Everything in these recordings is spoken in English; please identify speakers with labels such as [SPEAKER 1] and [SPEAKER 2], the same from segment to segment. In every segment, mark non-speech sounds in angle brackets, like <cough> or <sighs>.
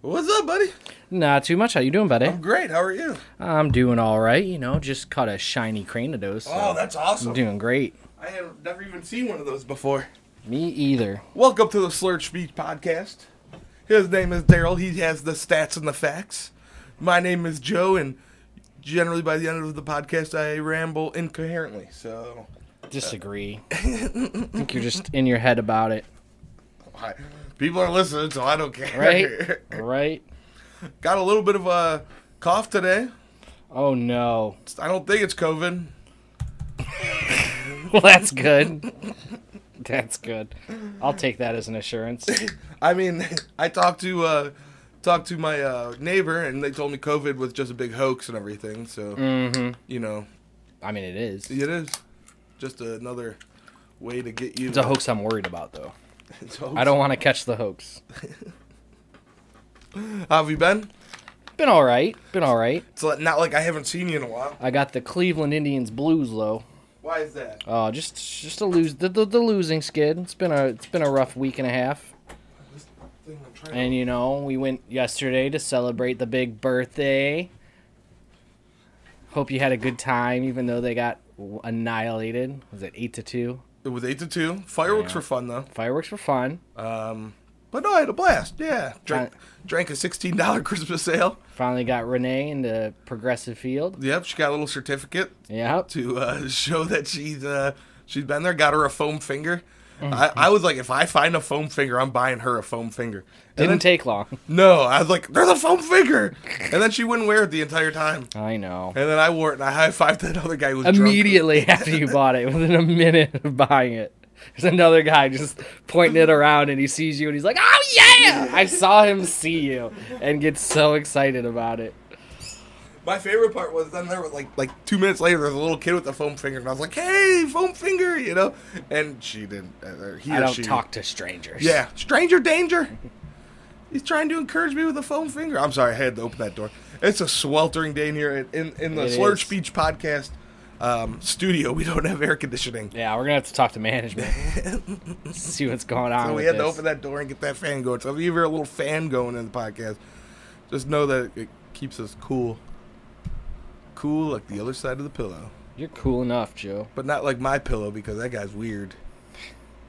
[SPEAKER 1] What's up, buddy?
[SPEAKER 2] Not too much. How you doing, buddy?
[SPEAKER 1] I'm great. How are you?
[SPEAKER 2] I'm doing all right. You know, just caught a shiny cranidos. so
[SPEAKER 1] Oh, that's awesome.
[SPEAKER 2] I'm doing great.
[SPEAKER 1] I have never even seen one of those before.
[SPEAKER 2] Me either.
[SPEAKER 1] Welcome to the Slurred Speech Podcast. His name is Daryl. He has the stats and the facts. My name is Joe, and generally by the end of the podcast, I ramble incoherently. So, <laughs>
[SPEAKER 2] Disagree. I think you're just in your head about it,
[SPEAKER 1] I, people are listening, so I don't care.
[SPEAKER 2] right? right?
[SPEAKER 1] <laughs> Got a little bit of a cough today.
[SPEAKER 2] Oh no. <laughs>
[SPEAKER 1] I don't think it's COVID.
[SPEAKER 2] Well, that's good. That's good. I'll take that as an assurance.
[SPEAKER 1] I mean, <laughs> I talked to uh, talked to my uh, neighbor, and they told me COVID was just a big hoax and everything. So
[SPEAKER 2] Mm-hmm.
[SPEAKER 1] you know,
[SPEAKER 2] I mean, it is.
[SPEAKER 1] it is just another way to get you.
[SPEAKER 2] It's a hoax I'm worried about, though.
[SPEAKER 1] <laughs> It's a hoax.
[SPEAKER 2] I don't want to catch the hoax.
[SPEAKER 1] How have you been?
[SPEAKER 2] Been all right. Been all right.
[SPEAKER 1] It's like- not like I haven't seen you in a while.
[SPEAKER 2] I got the Cleveland Indians blues, though.
[SPEAKER 1] Why is that?
[SPEAKER 2] Oh, just just a lose the, the, the losing skid. It's been a it's been a rough week and a half.
[SPEAKER 1] This thing I'm trying to-
[SPEAKER 2] And you know, we went yesterday to celebrate the big birthday. Hope you had a good time, even though they got w- annihilated. Was it eight to two?
[SPEAKER 1] It was eight to two. Fireworks
[SPEAKER 2] Yeah.
[SPEAKER 1] were fun though.
[SPEAKER 2] Fireworks were fun.
[SPEAKER 1] Um, but no, I had a blast. Yeah, drank
[SPEAKER 2] Uh,
[SPEAKER 1] drank a sixteen dollar Christmas sale.
[SPEAKER 2] Finally got Renee into progressive field.
[SPEAKER 1] Yep, she got a little certificate
[SPEAKER 2] Yep.
[SPEAKER 1] to uh, <laughs> show that she's uh, she's been there. Got her a foam finger.
[SPEAKER 2] Mm-hmm.
[SPEAKER 1] I, I was like, if I find a foam finger, I'm buying her a foam finger. And then,
[SPEAKER 2] Didn't take long. <laughs>
[SPEAKER 1] no, I was like, there's a foam finger, and then she wouldn't wear it the entire time.
[SPEAKER 2] I know.
[SPEAKER 1] And then I wore it, and I high fived <laughs> that other guy who was drunk. <laughs>
[SPEAKER 2] Immediately after you bought it, within a minute of buying it, there's another guy just pointing it around and he sees you and he's like, oh yeah! I saw him see you and get so excited about it.
[SPEAKER 1] My favorite part was then there was like like two minutes later, there's a little kid with a foam finger, and I was like, hey, foam finger, you know. And she didn't. Uh, he
[SPEAKER 2] I
[SPEAKER 1] or
[SPEAKER 2] don't
[SPEAKER 1] she-
[SPEAKER 2] talk to strangers.
[SPEAKER 1] Yeah, stranger danger. He's trying to encourage me with a foam finger. I'm sorry, I had to open that door. It's a sweltering day in here. In in the
[SPEAKER 2] It
[SPEAKER 1] Slurred
[SPEAKER 2] is.
[SPEAKER 1] Speech podcast um, studio, we don't have air conditioning,
[SPEAKER 2] Yeah, we're gonna have to talk to management.
[SPEAKER 1] <laughs>
[SPEAKER 2] See what's going
[SPEAKER 1] so
[SPEAKER 2] on.
[SPEAKER 1] we
[SPEAKER 2] with
[SPEAKER 1] had to
[SPEAKER 2] this.
[SPEAKER 1] open that door and get that fan going. So if you hear a little fan going in the podcast, just know that it keeps us cool, cool like the other side of the pillow,
[SPEAKER 2] You're cool enough, Joe.
[SPEAKER 1] but not like my pillow because that guy's weird.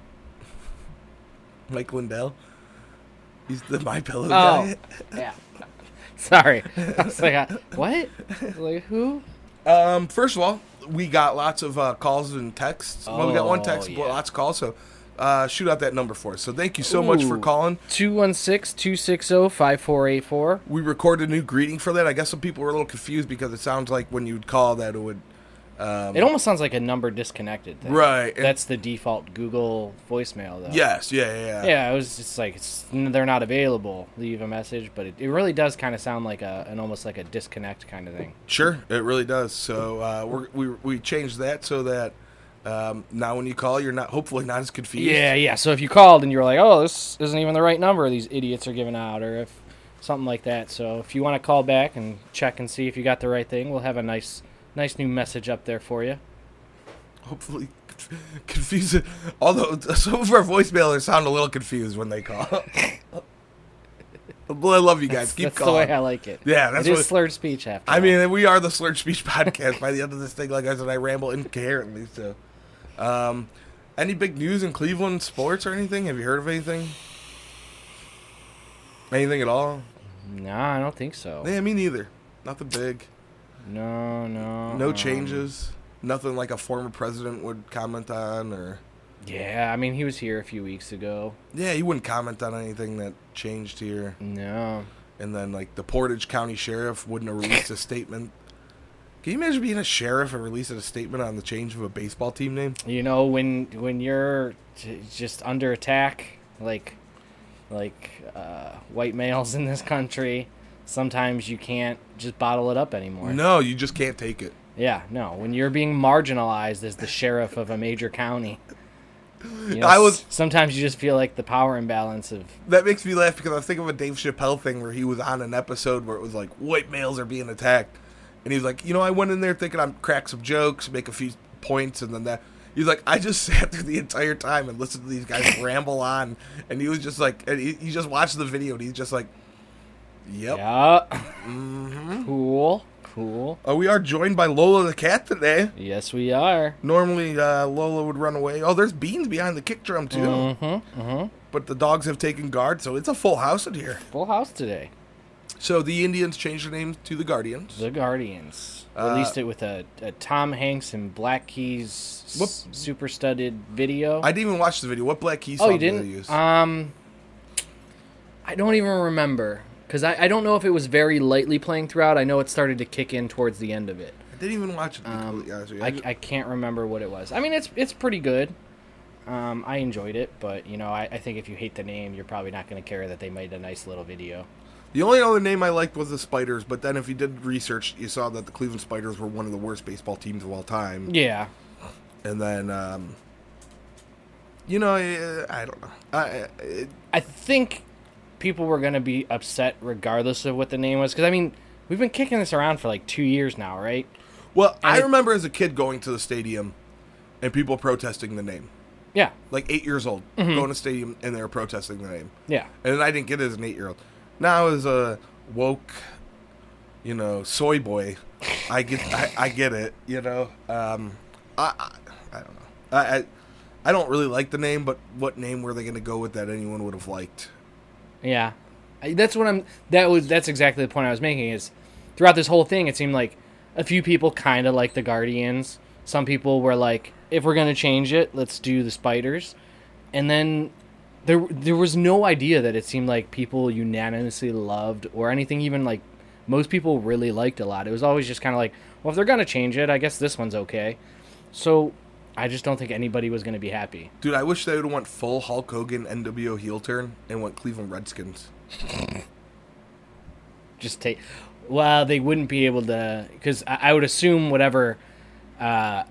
[SPEAKER 1] <laughs> Mike Lindell, he's the my pillow
[SPEAKER 2] Oh,
[SPEAKER 1] guy.
[SPEAKER 2] yeah. <laughs> Sorry. I was like, I- what? Like
[SPEAKER 1] <laughs>
[SPEAKER 2] who?
[SPEAKER 1] Um, first of all, we got lots of uh, calls and texts. well, we got one
[SPEAKER 2] Oh,
[SPEAKER 1] text, but
[SPEAKER 2] yeah.
[SPEAKER 1] lots of calls. So uh, shoot out that number for us. So thank you so much for
[SPEAKER 2] Ooh.
[SPEAKER 1] calling.
[SPEAKER 2] 216-260-5484.
[SPEAKER 1] We recorded a new greeting for that. I guess some people were a little confused because it sounds like when you'd call that it would. Um,
[SPEAKER 2] It almost sounds like a number disconnected thing.
[SPEAKER 1] Right, and-
[SPEAKER 2] That's the default Google voicemail though.
[SPEAKER 1] yes, yeah, yeah, yeah.
[SPEAKER 2] Yeah, it was just like it's, they're not available. Leave a message, but it, it really does kind of sound like a an almost like a disconnect kind of thing.
[SPEAKER 1] Sure, it really does. So uh, we're, we we changed that so that um, now when you call, you're not hopefully not as confused.
[SPEAKER 2] Yeah, yeah. So if you called and you were like, "Oh, this isn't even the right number these idiots are giving out," or if something like that. So if you want to call back and check and see if you got the right thing, we'll have a nice, nice new message up there for you.
[SPEAKER 1] Hopefully, <laughs> conf- confuse. Although <laughs> some of our voicemailers sound a little confused when they call. <laughs> I love you guys. Keep
[SPEAKER 2] That's
[SPEAKER 1] calling.
[SPEAKER 2] the way I like it.
[SPEAKER 1] Yeah, that's
[SPEAKER 2] it is
[SPEAKER 1] what-
[SPEAKER 2] slurred speech. After
[SPEAKER 1] I
[SPEAKER 2] all.
[SPEAKER 1] mean, we are the Slurred Speech <laughs> Podcast. By the end of this thing, like I said, I ramble incoherently. So, um, any big news in Cleveland sports or anything? Have you heard of anything? Anything at all?
[SPEAKER 2] no, I don't think so.
[SPEAKER 1] Yeah, me neither. Nothing big.
[SPEAKER 2] No, no,
[SPEAKER 1] No
[SPEAKER 2] um,
[SPEAKER 1] changes. Nothing like a former president would comment on, or
[SPEAKER 2] Yeah, I mean, he was here a few weeks ago.
[SPEAKER 1] yeah, he wouldn't comment on anything that changed here.
[SPEAKER 2] No,
[SPEAKER 1] And then like the Portage County Sheriff wouldn't have released a statement. Can you imagine being a sheriff and releasing a statement on the change of a baseball team name?
[SPEAKER 2] you know when when you're j- just under attack like like uh, white males <laughs> in this country sometimes you can't just bottle it up anymore
[SPEAKER 1] No, you just can't take it.
[SPEAKER 2] yeah no when you're being marginalized as the sheriff of a major county
[SPEAKER 1] <laughs>
[SPEAKER 2] you know,
[SPEAKER 1] I was-
[SPEAKER 2] s- sometimes you just feel like the power imbalance of
[SPEAKER 1] That makes me laugh because I was thinking of a Dave Chappelle thing where he was on an episode where it was like white males are being attacked, and he was like, you know, I went in there thinking I'm crack some jokes, make a few points, and then that. He's like, I just <laughs> sat through the entire time and
[SPEAKER 2] <laughs>
[SPEAKER 1] listened to these guys ramble on, and he was just like, and he, he just watched the video, and he's just like, Yep.
[SPEAKER 2] Yeah.
[SPEAKER 1] Mm-hmm.
[SPEAKER 2] Cool. Cool.
[SPEAKER 1] Uh, we are joined by Lola the cat today.
[SPEAKER 2] Yes, we are.
[SPEAKER 1] Normally, uh, Lola would run away. Oh, there's beans behind the kick drum too.
[SPEAKER 2] Mm-hmm. Mm-hmm.
[SPEAKER 1] But the dogs have taken guard, so it's a full house in here.
[SPEAKER 2] Full house today.
[SPEAKER 1] So the Indians changed their name to the Guardians.
[SPEAKER 2] The Guardians
[SPEAKER 1] Uh,
[SPEAKER 2] released it with a, a Tom Hanks and Black Keys
[SPEAKER 1] Whoop.
[SPEAKER 2] s- super studded video.
[SPEAKER 1] I didn't even watch the video. What black key
[SPEAKER 2] oh,
[SPEAKER 1] song
[SPEAKER 2] you
[SPEAKER 1] did they
[SPEAKER 2] didn't?
[SPEAKER 1] use?
[SPEAKER 2] Um, I don't even remember because I, I don't know if it was very lightly playing throughout. I know it started to kick in towards the end of it.
[SPEAKER 1] I didn't even watch it. to be
[SPEAKER 2] um,
[SPEAKER 1] completely honest with you. I
[SPEAKER 2] I,
[SPEAKER 1] ju-
[SPEAKER 2] I can't remember what it was. I mean, it's it's pretty good. Um, I enjoyed it, but you know, I, I think if you hate the name, you're probably not going to care that they made a nice little video.
[SPEAKER 1] the only other name I liked was the Spiders, but then if you did research, you saw that the Cleveland Spiders were one of the worst baseball teams of all time.
[SPEAKER 2] Yeah,
[SPEAKER 1] And then, um, you know, eh, I don't know. I, I- eh, it,
[SPEAKER 2] I think people were going to be upset regardless of what the name was, because I mean, we've been kicking this around for like two years now, right?
[SPEAKER 1] well, I
[SPEAKER 2] it-
[SPEAKER 1] remember as a kid going to the stadium and people protesting the name.
[SPEAKER 2] Yeah,
[SPEAKER 1] Like eight years old,
[SPEAKER 2] Mm-hmm.
[SPEAKER 1] going to stadium and they were protesting the name.
[SPEAKER 2] yeah,
[SPEAKER 1] and I didn't get it as an eight year old. Now as a woke, you know, soy boy, I get I, I get it. You know, um, I, I I don't know. I, I I don't really like the name, but what name were they going to go with that anyone would have liked?
[SPEAKER 2] yeah. I, that's what I'm. That was that's exactly the point I was making. Is throughout this whole thing, it seemed like a few people kind of like the Guardians. Some people were like, if we're going to change it, let's do the spiders. And then there there was no idea that it seemed like people unanimously loved or anything even like most people really liked a lot. It was always just kind of like, well, if they're going to change it, I guess this one's okay. So I just don't think anybody was going to be happy.
[SPEAKER 1] Dude, I wish they would have went full Hulk Hogan NWO heel turn and went Cleveland Redskins.
[SPEAKER 2] just take. Well, they wouldn't be able to because I, I would assume whatever. Uh,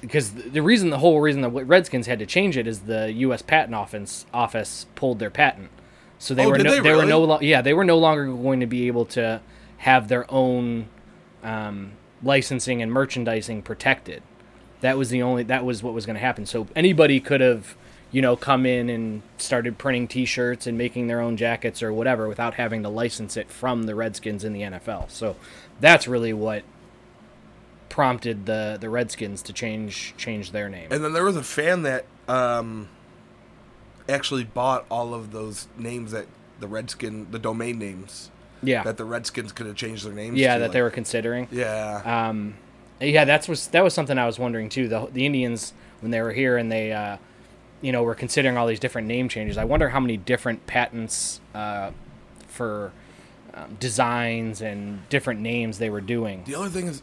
[SPEAKER 2] because the, the reason, the whole reason the Redskins had to change it is the U.S. Patent Office office pulled their patent, so they
[SPEAKER 1] Oh,
[SPEAKER 2] were
[SPEAKER 1] did
[SPEAKER 2] no,
[SPEAKER 1] they
[SPEAKER 2] they, were
[SPEAKER 1] really?
[SPEAKER 2] no lo- yeah they were no longer going to be able to have their own um, licensing and merchandising protected. That was the only that was what was going to happen. So anybody could have you know come in and started printing T-shirts and making their own jackets or whatever without having to license it from the Redskins in the NFL. So that's really what prompted the the Redskins to change change their name.
[SPEAKER 1] And then there was a fan that um, actually bought all of those names that the Redskin, the domain names
[SPEAKER 2] yeah,
[SPEAKER 1] that the Redskins could have changed their names.
[SPEAKER 2] yeah,
[SPEAKER 1] to,
[SPEAKER 2] that
[SPEAKER 1] like-
[SPEAKER 2] they were considering.
[SPEAKER 1] Yeah.
[SPEAKER 2] Um, yeah, that's was that was something I was wondering too. The the Indians when they were here and they, uh, you know, were considering all these different name changes. I wonder how many different patents uh, for um, designs and different names they were doing.
[SPEAKER 1] The other thing is,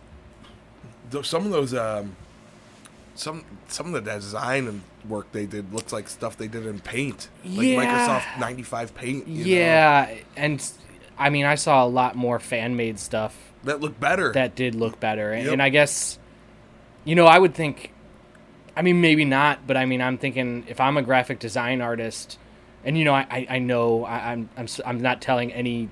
[SPEAKER 1] though some of those, um, some some of the design and work they did looks like stuff they did in Paint, like
[SPEAKER 2] Yeah.
[SPEAKER 1] Microsoft '95 Paint. you know?
[SPEAKER 2] yeah, and I mean, I saw a lot more fan made stuff
[SPEAKER 1] that looked better.
[SPEAKER 2] that did look better. And,
[SPEAKER 1] Yep.
[SPEAKER 2] and I guess, you know, I would think, I mean, maybe not, but I mean, I'm thinking if I'm a graphic design artist, and you know, I, I, I know I, I'm I'm s- I'm not telling any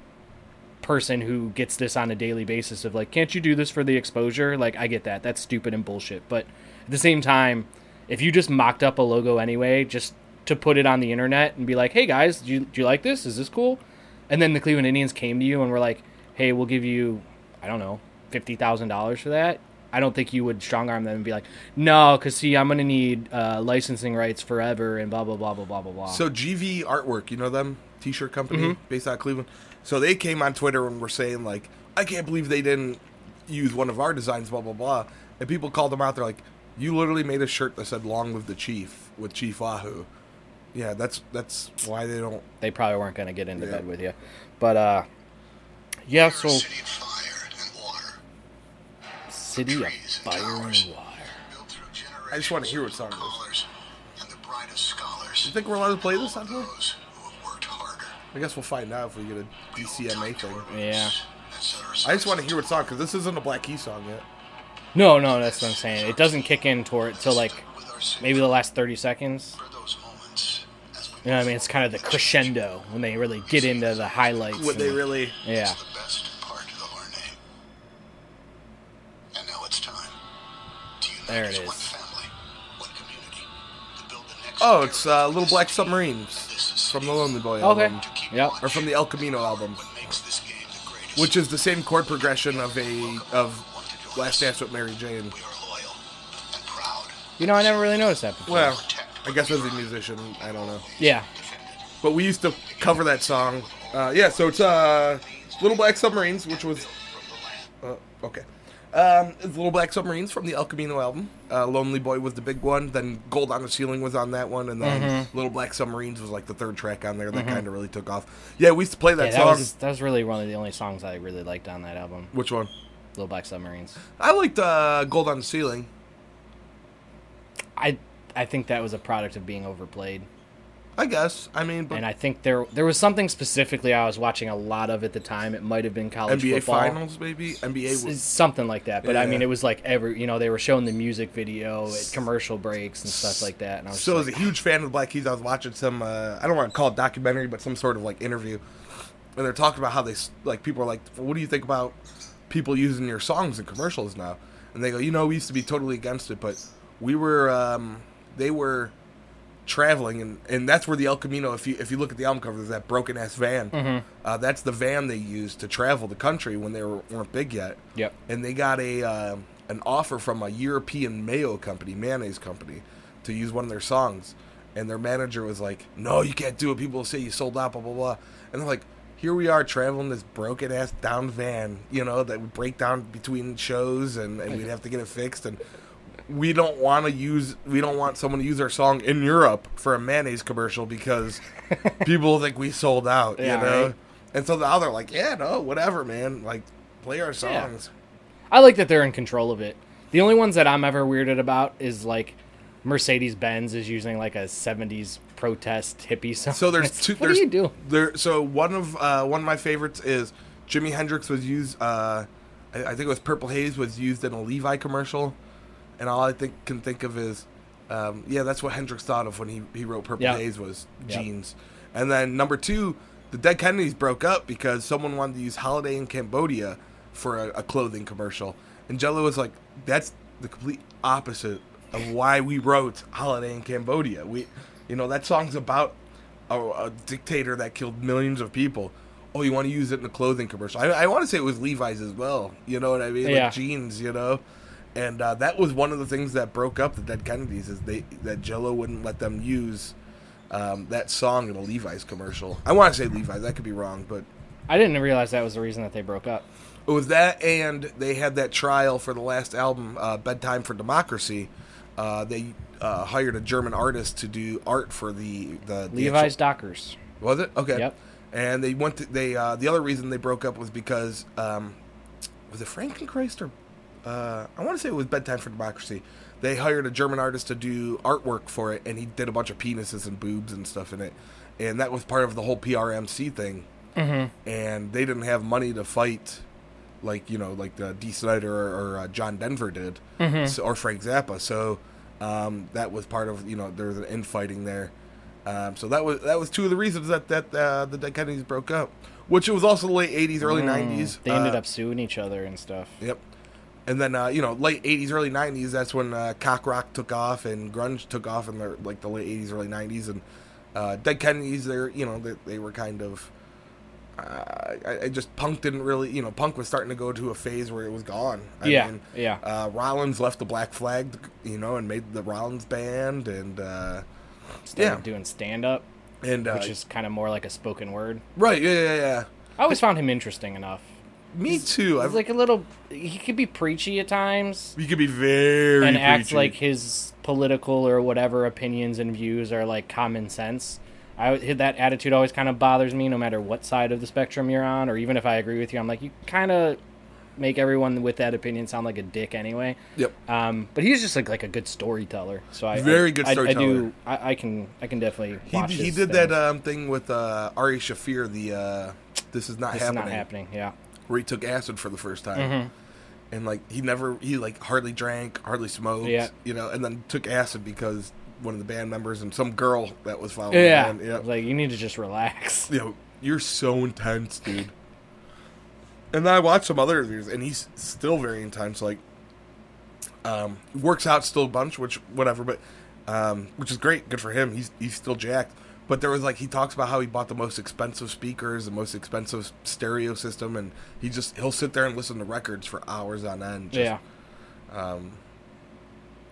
[SPEAKER 2] person who gets this on a daily basis of like, can't you do this for the exposure? Like, I get that. That's stupid and bullshit. But at the same time, if you just mocked up a logo anyway, just to put it on the internet and be like, hey guys, do you, do you like this? Is this cool? And then the Cleveland Indians came to you and were like, hey, we'll give you, I don't know, $50,000 for that. I don't think you would strong arm them and be like, no, because see, I'm going to need uh, licensing rights forever and blah, blah, blah, blah, blah, blah, blah.
[SPEAKER 1] so GV Artwork, you know them T-shirt company
[SPEAKER 2] Mm-hmm.
[SPEAKER 1] based out of Cleveland. So they came on Twitter and were saying like, I can't believe they didn't use one of our designs, blah blah blah. And people called them out. They're like, you literally made a shirt that said "Long Live the Chief" with Chief Wahoo. Yeah, that's that's why they don't.
[SPEAKER 2] they probably weren't going to get into
[SPEAKER 1] Yeah.
[SPEAKER 2] bed with you. But, uh, yeah, so.
[SPEAKER 3] City of fire and water,
[SPEAKER 2] City of
[SPEAKER 3] Trees
[SPEAKER 2] Fire
[SPEAKER 3] and towers.
[SPEAKER 2] and Water.
[SPEAKER 3] built through generations.
[SPEAKER 1] I just wanna hear what song it
[SPEAKER 3] of
[SPEAKER 1] is.
[SPEAKER 3] callers And the brightest scholars.
[SPEAKER 1] You think we're allowed to play this on here?
[SPEAKER 3] Those who have worked harder.
[SPEAKER 1] I guess we'll find out if we get a DCMA thing.
[SPEAKER 2] Yeah.
[SPEAKER 1] I just want to hear what song because this isn't a Black Key song yet.
[SPEAKER 2] No, no, that's what I'm saying. It doesn't kick in toward till like maybe the last 30 seconds. You know what I mean? It's kind of the crescendo when they really get into the highlights.
[SPEAKER 1] Would they
[SPEAKER 2] and-
[SPEAKER 1] really?
[SPEAKER 2] Yeah.
[SPEAKER 3] the best part of our name. And now it's time to unite
[SPEAKER 2] There it
[SPEAKER 3] as
[SPEAKER 2] is.
[SPEAKER 3] one family, one community, to build the next
[SPEAKER 1] Oh, it's uh,
[SPEAKER 3] pyramid
[SPEAKER 1] Little
[SPEAKER 3] of
[SPEAKER 1] Black
[SPEAKER 3] destiny.
[SPEAKER 1] Submarines from the Lonely Boy.
[SPEAKER 2] Okay.
[SPEAKER 1] album.
[SPEAKER 3] To keep
[SPEAKER 2] Yep.
[SPEAKER 1] or from the El Camino album,
[SPEAKER 3] What makes this game the greatest?
[SPEAKER 1] which is the same chord progression of a of Last Dance with Mary Jane.
[SPEAKER 3] we are loyal and proud.
[SPEAKER 2] You know, I never really noticed that before.
[SPEAKER 1] Well, I guess as a musician, I don't know.
[SPEAKER 2] yeah.
[SPEAKER 1] But we used to cover that song. Uh, yeah, so it's uh, Little Black Submarines, which was uh, okay. Um, it's Little Black Submarines from the El Camino album. Uh, Lonely Boy was the big one. Then Gold on the Ceiling was on that one, and then
[SPEAKER 2] Mm-hmm.
[SPEAKER 1] Little Black Submarines was like the third track on there that kind of really took off. Yeah, we used to play that
[SPEAKER 2] Yeah, that
[SPEAKER 1] song.
[SPEAKER 2] was that was really one of the only songs I really liked on that album.
[SPEAKER 1] Which one?
[SPEAKER 2] Little Black Submarines.
[SPEAKER 1] I liked uh, Gold on the Ceiling.
[SPEAKER 2] I I think that was a product of being overplayed.
[SPEAKER 1] I guess. I mean, but
[SPEAKER 2] And I think there there was something specifically I was watching a lot of at the time. It might have been college
[SPEAKER 1] NBA
[SPEAKER 2] football.
[SPEAKER 1] Finals, maybe NBA.
[SPEAKER 2] S-
[SPEAKER 1] Was,
[SPEAKER 2] something like that. But I mean,
[SPEAKER 1] Yeah.
[SPEAKER 2] it was like every you know they were showing the music video at commercial breaks and stuff like that. And I was
[SPEAKER 1] so,
[SPEAKER 2] just
[SPEAKER 1] as a
[SPEAKER 2] like,
[SPEAKER 1] huge fan of the Black Keys, I was watching some. Uh, I don't want to call it documentary, but some sort of like interview, and they're talking about how they s- like people are like, "What do you think about people using your songs in commercials now?" And they go, "You know, we used to be totally against it, but we were. Um, they were." traveling and, and that's where the El Camino if you if you look at the album cover there's that broken ass van
[SPEAKER 2] Mm-hmm.
[SPEAKER 1] uh, that's the van they used to travel the country when they were, weren't big yet
[SPEAKER 2] Yep.
[SPEAKER 1] and they got a uh, an offer from a European mayo company, mayonnaise company, to use one of their songs. And their manager was like, "No, you can't do it. People will say you sold out." Blah blah blah. And they're like, "Here we are traveling this broken ass down van, you know, that would break down between shows, and, and we'd have to get it fixed. And we don't want to use, we don't want someone to use our song in Europe for a mayonnaise commercial
[SPEAKER 2] <laughs>
[SPEAKER 1] because people think we sold out,
[SPEAKER 2] Yeah,
[SPEAKER 1] you know."
[SPEAKER 2] right.
[SPEAKER 1] And so now they're like, "Yeah, no, whatever, man. Like, play our songs."
[SPEAKER 2] I like that they're in control of it. The only ones that I'm ever weirded about is like Mercedes Benz is using like a '70s protest hippie song.
[SPEAKER 1] So there's
[SPEAKER 2] <laughs> It's-
[SPEAKER 1] two.
[SPEAKER 2] What
[SPEAKER 1] there's,
[SPEAKER 2] do you do?
[SPEAKER 1] There. So one of uh, one of my favorites is Jimi Hendrix was used. Uh, I, I think it was Purple Haze was used in a Levi commercial, and all I think can think of is, um, yeah, that's what Hendrix thought of when he he wrote Purple
[SPEAKER 2] Yeah.
[SPEAKER 1] Haze was
[SPEAKER 2] Yeah.
[SPEAKER 1] jeans. And then number two, the Dead Kennedys broke up because someone wanted to use Holiday in Cambodia for a, a clothing commercial, and Jello was like, that's the complete opposite of why we wrote Holiday in Cambodia. We, you know, that song's about a, a dictator that killed millions of people. Oh, you want to use it in a clothing commercial? I, I want to say it was Levi's as well. You know what I mean?
[SPEAKER 2] Yeah.
[SPEAKER 1] Like jeans, you know. And uh, that was one of the things that broke up the Dead Kennedys is they that Jello wouldn't let them use um, that song in a Levi's commercial. I want to say Levi's. I could be wrong, but
[SPEAKER 2] I didn't realize that was the reason that they broke up.
[SPEAKER 1] it was that, and they had that trial for the last album, uh, "Bedtime for Democracy." Uh, they uh, hired a German artist to do art for the the, the
[SPEAKER 2] Levi's Dockers.
[SPEAKER 1] was it okay?
[SPEAKER 2] Yep.
[SPEAKER 1] And they went. To, they uh, the other reason they broke up was because um, was it Frankenchrist or uh, I want to say it was Bedtime for Democracy. They hired a German artist to do artwork for it, and he did a bunch of penises and boobs and stuff in it, and that was part of the whole PRMC thing. Mm-hmm. And they didn't have money to fight, like you know, like uh, D. Snyder or, or uh, John Denver did,
[SPEAKER 2] Mm-hmm.
[SPEAKER 1] so, or Frank Zappa. So um, that was part of you know there was an infighting there. Um, so that was that was two of the reasons that that uh, the Dead Kennedys broke up, which it was also the late '80s, early '90s.
[SPEAKER 2] Mm, They ended
[SPEAKER 1] Uh,
[SPEAKER 2] up suing each other and stuff.
[SPEAKER 1] Yep. And then uh, you know, late '80s, early '90s. That's when uh, cock rock took off and grunge took off in the like the late '80s, early '90s. And uh, Dead Kennedys, they're you know they, they were kind of. Uh, I, I just punk didn't really you know punk was starting to go to a phase where it was gone. I
[SPEAKER 2] Yeah, yeah.
[SPEAKER 1] Uh, Rollins left the Black Flag, you know, and made the Rollins band and uh,
[SPEAKER 2] Started
[SPEAKER 1] yeah.
[SPEAKER 2] doing stand up,
[SPEAKER 1] and uh,
[SPEAKER 2] which is kind of more like a spoken word.
[SPEAKER 1] right, yeah, yeah, yeah.
[SPEAKER 2] I always found him interesting enough.
[SPEAKER 1] Me too.
[SPEAKER 2] He's
[SPEAKER 1] I've,
[SPEAKER 2] like a little. He could be preachy at times.
[SPEAKER 1] you could be very
[SPEAKER 2] and acts
[SPEAKER 1] preachy.
[SPEAKER 2] like his political or whatever opinions and views are like common sense. I would- that attitude always kind of bothers me, no matter what side of the spectrum you're on, or even if I agree with you, I'm like you kind of make everyone with that opinion sound like a dick anyway.
[SPEAKER 1] Yep.
[SPEAKER 2] Um, but he's just like like a good storyteller, so I
[SPEAKER 1] Very
[SPEAKER 2] I-
[SPEAKER 1] good
[SPEAKER 2] I- I,
[SPEAKER 1] storyteller.
[SPEAKER 2] do I, I can I can definitely
[SPEAKER 1] He,
[SPEAKER 2] watch
[SPEAKER 1] he
[SPEAKER 2] his
[SPEAKER 1] did that
[SPEAKER 2] things.
[SPEAKER 1] um, thing with uh, Ari Shafir, the uh, This Is Not
[SPEAKER 2] This is
[SPEAKER 1] Happening,
[SPEAKER 2] not happening. Yeah.
[SPEAKER 1] where he took acid for the first time. And, like, he never, he, like, hardly drank, hardly smoked,
[SPEAKER 2] Yeah.
[SPEAKER 1] you know, and then took acid because one of the band members and some girl that was following
[SPEAKER 2] Yeah.
[SPEAKER 1] him. Yeah.
[SPEAKER 2] Like you need to
[SPEAKER 1] <laughs>
[SPEAKER 2] just relax.
[SPEAKER 1] you know, you're so intense, dude. And then I watched some other interviews, and he's still very intense. Like, um, works out still a bunch, which whatever, but um, which is great, good for him. He's he's still jacked, But there was like he talks about how he bought the most expensive speakers, the most expensive stereo system, and he just he'll sit there and listen to records for hours on end. Just,
[SPEAKER 2] yeah.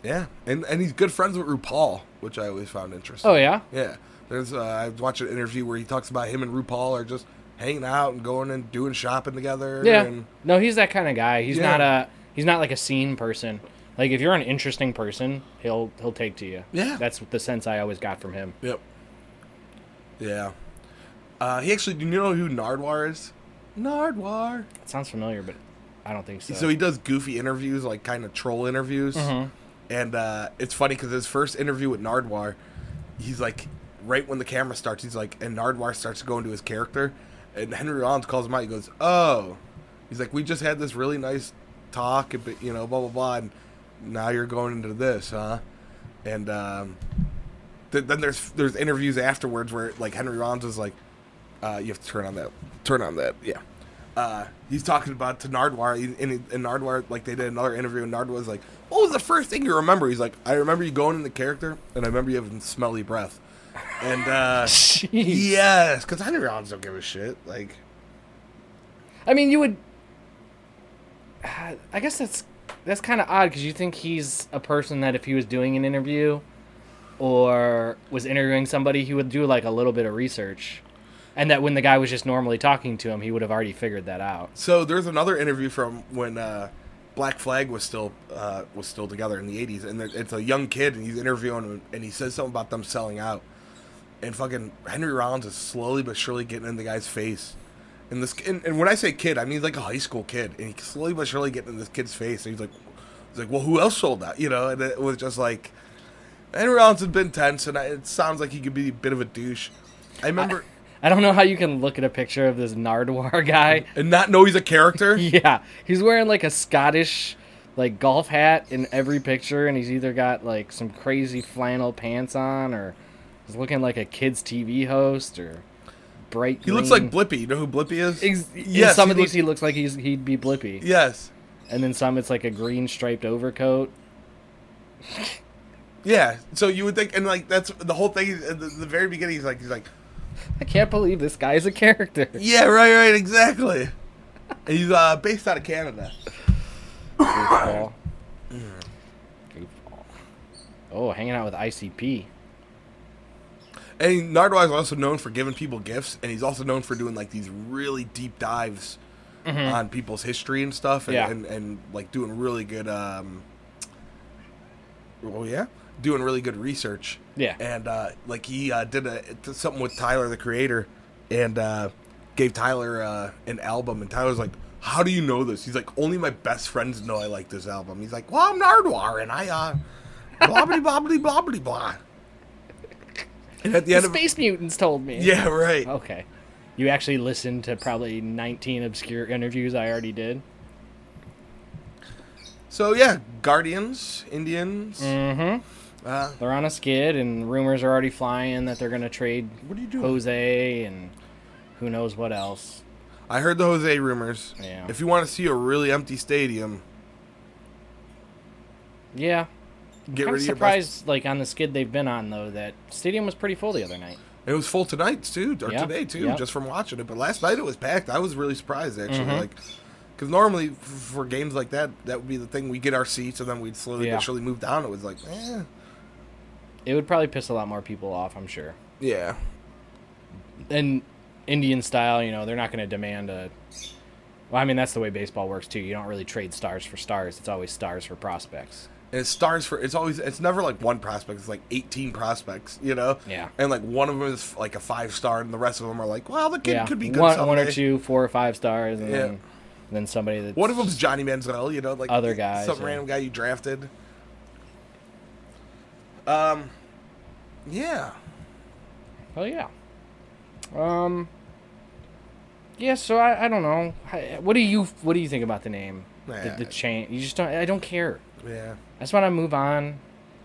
[SPEAKER 1] yeah, and and he's good friends with RuPaul, which I always found interesting.
[SPEAKER 2] Oh yeah.
[SPEAKER 1] Yeah, there's uh, I watched an interview where he talks about him and RuPaul are just hanging out and going and doing shopping together.
[SPEAKER 2] Yeah.
[SPEAKER 1] and,
[SPEAKER 2] No, he's that kind of guy. He's
[SPEAKER 1] Yeah.
[SPEAKER 2] not a he's not like a scene person. Like if you're an interesting person, he'll he'll take to you.
[SPEAKER 1] Yeah.
[SPEAKER 2] That's the sense I always got from him.
[SPEAKER 1] yep, yeah. Uh, he actually, do you know who Nardwar is? Nardwar.
[SPEAKER 2] It sounds familiar, but I don't think so.
[SPEAKER 1] So he does goofy interviews, like kind of troll interviews, and uh, it's funny because his first interview with Nardwar, he's like, right when the camera starts, he's like, and Nardwar starts to go into his character, and Henry Rollins calls him out. He goes, "Oh," he's like, "We just had this really nice talk, and bit- you know, blah blah blah, and now you're going into this, huh?" And um, th- then there's there's interviews afterwards where like Henry Rollins is like, uh, you have to turn on that. Turn on that. Yeah. Uh, he's talking about to Nardwar, he- and, and Nardwar, like, they did another interview, and Nardwar was like, What was the first thing you remember? He's like, I remember you going in the character, and I remember you having smelly breath. And, uh,
[SPEAKER 2] <laughs> Jeez.
[SPEAKER 1] yes, because Henry Rollins don't give a shit. Like,
[SPEAKER 2] I mean, you would. <sighs> I I guess that's that's kind of odd because you think he's a person that if he was doing an interview or was interviewing somebody, he would do like a little bit of research, and that when the guy was just normally talking to him, he would have already figured that out.
[SPEAKER 1] So there's another interview from when uh, Black Flag was still uh, was still together in the '80s, and there- it's a young kid, and he's interviewing him, and he says something about them selling out, and fucking Henry Rollins is slowly but surely getting in the guy's face, and this and, and when I say kid, I mean like a high school kid, and he's slowly but surely getting in this kid's face, and he's like, he's like, well, who else sold out, you know? And it was just like Henry Rollins had been tense, and I, it sounds like he could be a bit of a douche. I remember
[SPEAKER 2] I don't know how you can look at a picture of this Nardwar <laughs> guy.
[SPEAKER 1] and not know he's a character.
[SPEAKER 2] Yeah, he's wearing like a Scottish like golf hat in every picture, and he's either got like some crazy flannel pants on, or he's looking like a kids' TV host, or bright.
[SPEAKER 1] He looks like Blippy. You know who Blippy is?
[SPEAKER 2] Ex- in
[SPEAKER 1] Yes,
[SPEAKER 2] some
[SPEAKER 1] he
[SPEAKER 2] of these,
[SPEAKER 1] looks-
[SPEAKER 2] he looks like he's he'd be Blippy,
[SPEAKER 1] Yes.
[SPEAKER 2] and then some it's like a green striped overcoat.
[SPEAKER 1] Yeah. So you would think, and like that's the whole thing. At the, the very beginning, he's like, he's like,
[SPEAKER 2] I can't believe this guy's
[SPEAKER 1] <laughs>
[SPEAKER 2] a character.
[SPEAKER 1] yeah, right, right, exactly. And he's uh, based out of Canada.
[SPEAKER 2] Goofball. Goofball. Oh, hanging out with ICP.
[SPEAKER 1] And Nardwar is also known for giving people gifts, and he's also known for doing like these really deep dives on people's history and stuff, and,
[SPEAKER 2] Mm-hmm. Yeah.
[SPEAKER 1] and, and like doing really good. um Well, yeah, doing really good research.
[SPEAKER 2] Yeah.
[SPEAKER 1] and uh like he uh, did a did something with Tyler the Creator, and uh gave Tyler uh, an album, and Tyler's like. How do you know this? He's like, only my best friends know I like this album. He's like, well, I'm Nardwar, and I, uh, blobbity, blobbity, blobbity, blah. And at the
[SPEAKER 2] The
[SPEAKER 1] end of
[SPEAKER 2] space mutants told me.
[SPEAKER 1] yeah, right.
[SPEAKER 2] Okay. You actually listened to probably 19 obscure interviews I already did.
[SPEAKER 1] So yeah, Guardians, Indians.
[SPEAKER 2] Mm-hmm.
[SPEAKER 1] Uh,
[SPEAKER 2] They're on a skid, and rumors are already flying that they're going to trade
[SPEAKER 1] what are you doing?
[SPEAKER 2] Jose and who knows what else.
[SPEAKER 1] I heard the Jose rumors.
[SPEAKER 2] Yeah.
[SPEAKER 1] If you want to see a really empty stadium,
[SPEAKER 2] Yeah.
[SPEAKER 1] get
[SPEAKER 2] I'm
[SPEAKER 1] rid of your
[SPEAKER 2] surprised, like on the skid they've been on though, that stadium was pretty full the other night.
[SPEAKER 1] best. It was full tonight too, or
[SPEAKER 2] Yeah,
[SPEAKER 1] today too,
[SPEAKER 2] yeah.
[SPEAKER 1] just from watching it. But last night it was packed. I was really surprised actually,
[SPEAKER 2] Mm-hmm.
[SPEAKER 1] like because normally f- for games like that, that would be the thing we get our seats and then we'd slowly
[SPEAKER 2] Yeah.
[SPEAKER 1] but surely move down. It was like, eh,
[SPEAKER 2] It would probably piss a lot more people off, I'm sure.
[SPEAKER 1] yeah,
[SPEAKER 2] And Indian style, you know, they're not going to demand a. Well, I mean, that's the way baseball works too. You don't really trade stars for stars. It's always stars for prospects.
[SPEAKER 1] and it stars for it's always it's never like one prospect it's like 18 prospects you know
[SPEAKER 2] Yeah.
[SPEAKER 1] and like one of them is like a five star and the rest of them are like well the kid
[SPEAKER 2] yeah,
[SPEAKER 1] could be good
[SPEAKER 2] one, one or
[SPEAKER 1] someday.
[SPEAKER 2] two, four or five stars, and
[SPEAKER 1] Yeah.
[SPEAKER 2] then and then somebody that
[SPEAKER 1] one of them's johnny manziel you know like
[SPEAKER 2] Other guys,
[SPEAKER 1] some
[SPEAKER 2] yeah.
[SPEAKER 1] random guy you drafted um yeah
[SPEAKER 2] Oh yeah. Um. Yeah, so I, I don't know. I- What do you What do you think about the name?
[SPEAKER 1] Nah.
[SPEAKER 2] The, the chain. You just don't. I don't care.
[SPEAKER 1] yeah
[SPEAKER 2] I just want to move on.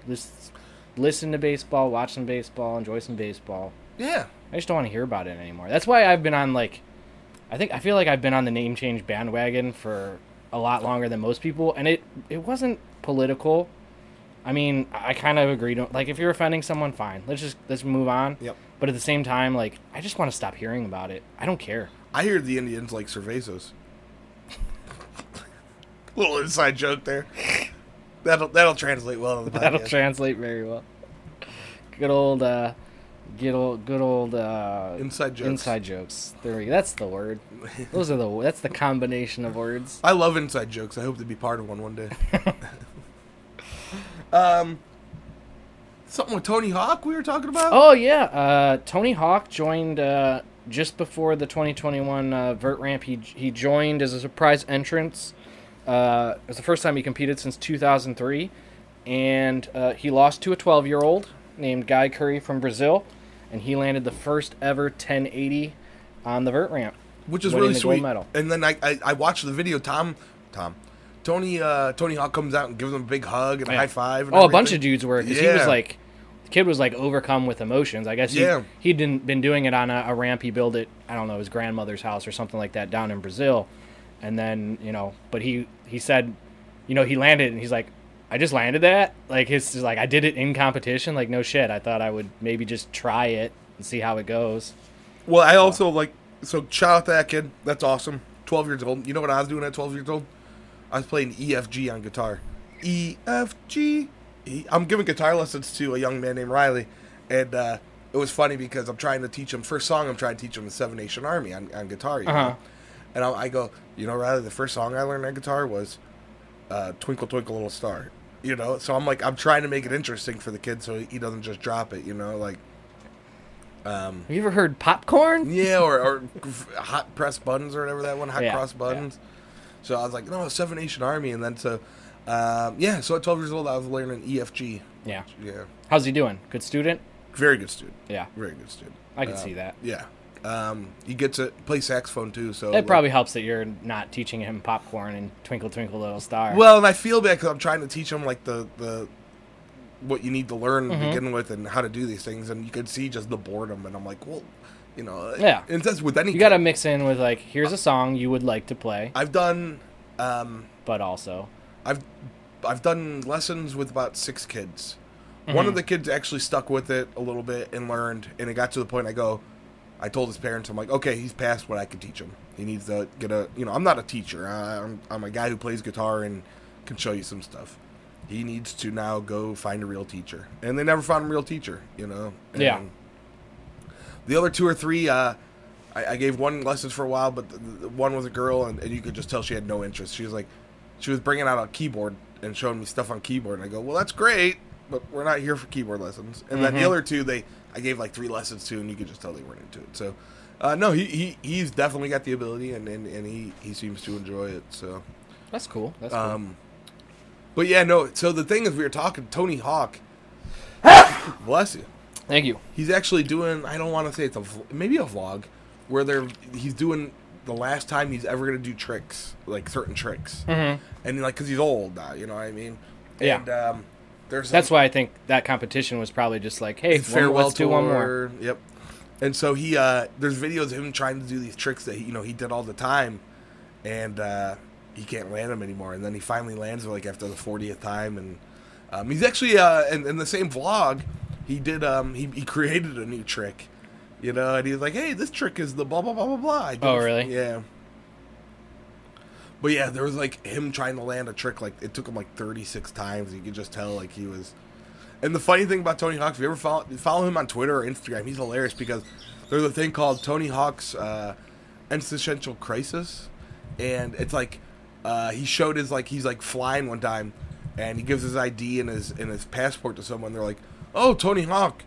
[SPEAKER 2] Just listen to baseball, watch some baseball, enjoy some baseball.
[SPEAKER 1] yeah
[SPEAKER 2] I just don't want to hear about it anymore. That's why I've been on like, I think I feel like I've been on the name change bandwagon for a lot longer than most people, and it it wasn't political. I mean, I I kind of agree. To, like, if you're offending someone, fine. Let's just let's move on.
[SPEAKER 1] Yep.
[SPEAKER 2] But at the same time, like I just want to stop hearing about it. I don't care.
[SPEAKER 1] I hear the Indians like cervezos. <laughs> Little inside joke there. That'll that'll translate well on the podcast.
[SPEAKER 2] <laughs> That'll translate very well. Good old, uh, good old, good old uh,
[SPEAKER 1] Inside jokes.
[SPEAKER 2] Inside jokes. There we go. That's the word. Those are the. That's the combination of words.
[SPEAKER 1] I love inside jokes. I hope to be part of one one day. <laughs> um, something with Tony Hawk we were talking about.
[SPEAKER 2] Oh yeah, uh, Tony Hawk joined uh, just before the 2021 uh, vert ramp. He he joined as a surprise entrance. Uh, it was the first time he competed since 2003, and uh, he lost to a 12 year old named Guy Curry from Brazil, and he landed the first ever 1080 on the vert ramp,
[SPEAKER 1] which is
[SPEAKER 2] winning
[SPEAKER 1] really
[SPEAKER 2] the gold
[SPEAKER 1] sweet.
[SPEAKER 2] medal.
[SPEAKER 1] And then I, I I watched the video. Tom Tom Tony uh Tony Hawk comes out and gives him a big hug and a
[SPEAKER 2] Yeah.
[SPEAKER 1] high five. And
[SPEAKER 2] Oh, a bunch
[SPEAKER 1] everything.
[SPEAKER 2] of dudes were 'cause he
[SPEAKER 1] Yeah.
[SPEAKER 2] was like, the kid was like overcome with emotions. I guess he
[SPEAKER 1] Yeah.
[SPEAKER 2] he'd been, been doing it on a, a ramp. He built it, I don't know, his grandmother's house or something like that down in Brazil, and then you know, but he he said, you know, he landed and he's like, I just landed that. Like his he's like I did it in competition. Like no shit, I thought I would maybe just try it and see how it goes.
[SPEAKER 1] Well, I also like so shout out to that kid. That's awesome. Twelve years old. You know what I was doing at twelve years old? I was playing EFG on guitar. EFG. E- I'm giving guitar lessons to a young man named Riley, and uh, it was funny because I'm trying to teach him. First song I'm trying to teach him is Seven Nation Army on, on guitar. You know?
[SPEAKER 2] Uh-huh.
[SPEAKER 1] And I, I go, you know, Riley, the first song I learned on guitar was uh, Twinkle Twinkle Little Star. You know, so I'm like, I'm trying to make it interesting for the kid so he doesn't just drop it. You know, like
[SPEAKER 2] Have you ever heard popcorn?
[SPEAKER 1] yeah, or, or f- hot press buttons or whatever that one, hot
[SPEAKER 2] Yeah,
[SPEAKER 1] cross buttons. So I was like, no, Seven Nation Army, and then so, um, yeah. So at twelve years old, I was learning EFG.
[SPEAKER 2] Yeah.
[SPEAKER 1] Yeah,
[SPEAKER 2] How's he doing? Good student.
[SPEAKER 1] very good student.
[SPEAKER 2] Yeah,
[SPEAKER 1] Very good student.
[SPEAKER 2] I can
[SPEAKER 1] Uh,
[SPEAKER 2] see that.
[SPEAKER 1] Yeah, um, he gets to play saxophone too. So
[SPEAKER 2] It probably helps that you're not teaching him popcorn and twinkle twinkle little star.
[SPEAKER 1] Well, and I feel bad because I'm trying to teach him like the the what you need to learn
[SPEAKER 2] Mm-hmm.
[SPEAKER 1] to begin with and how to do these things, and you could see just the boredom, and I'm like, well, you know,
[SPEAKER 2] Yeah.
[SPEAKER 1] And that's with any.
[SPEAKER 2] You gotta
[SPEAKER 1] kid.
[SPEAKER 2] mix in with like, here's a song you would like to play,
[SPEAKER 1] I've done. Um,
[SPEAKER 2] but also,
[SPEAKER 1] I've I've done lessons with about six kids. One of the kids actually stuck with it a little bit and learned, and it got to the point I go, I told his parents, I'm like, okay, he's past what I could teach him. He needs to get a, you know, I'm not a teacher. I- I'm I'm a guy who plays guitar and can show you some stuff. He needs to now go find a real teacher, and they never found a real teacher, you know. And
[SPEAKER 2] Yeah.
[SPEAKER 1] The other two or three, uh, I, I gave one lessons for a while, but the, the one was a girl, and, and you could just tell she had no interest. She was like, she was bringing out a keyboard and showing me stuff on keyboard, and I go, "Well, that's great, but we're not here for keyboard lessons." And then the other two, they I gave like three lessons to, and you could just tell they weren't into it. So, uh, no, he, he he's definitely got the ability, and and, and he, he seems to enjoy it. So,
[SPEAKER 2] that's cool. That's cool.
[SPEAKER 1] um, but yeah, no. So the thing is, we were talking Tony Hawk. bless you.
[SPEAKER 2] Thank you.
[SPEAKER 1] He's actually doing. I don't want to say it's a vl- maybe a vlog where they're he's doing the last time he's ever gonna do tricks like certain tricks, mm-hmm. and like because he's old now, you know what I mean?
[SPEAKER 2] Yeah.
[SPEAKER 1] And, um, there's
[SPEAKER 2] That's why I think that competition was probably just like, hey,
[SPEAKER 1] a
[SPEAKER 2] one,
[SPEAKER 1] farewell
[SPEAKER 2] let's
[SPEAKER 1] tour.
[SPEAKER 2] do one more.
[SPEAKER 1] Yep. And so he uh, there's videos of him trying to do these tricks that he, you know he did all the time, and uh, he can't land them anymore. And then he finally lands like after the 40th time, and um, he's actually uh, in, in the same vlog. He did um, he, he created a new trick, you know, and he's like, hey, this trick is the blah blah blah blah blah. I did
[SPEAKER 2] Oh,
[SPEAKER 1] it-
[SPEAKER 2] really?
[SPEAKER 1] Yeah. But yeah, there was like him trying to land a trick like it took him like 36 times. You could just tell like he was. And the funny thing about Tony Hawk, if you ever follow, follow him on Twitter or Instagram, he's hilarious because there's a thing called Tony Hawk's uh, existential crisis, and it's like uh, he showed his like he's like flying one time, and he gives his ID and his and his passport to someone. They're like, "Oh, Tony Hawk,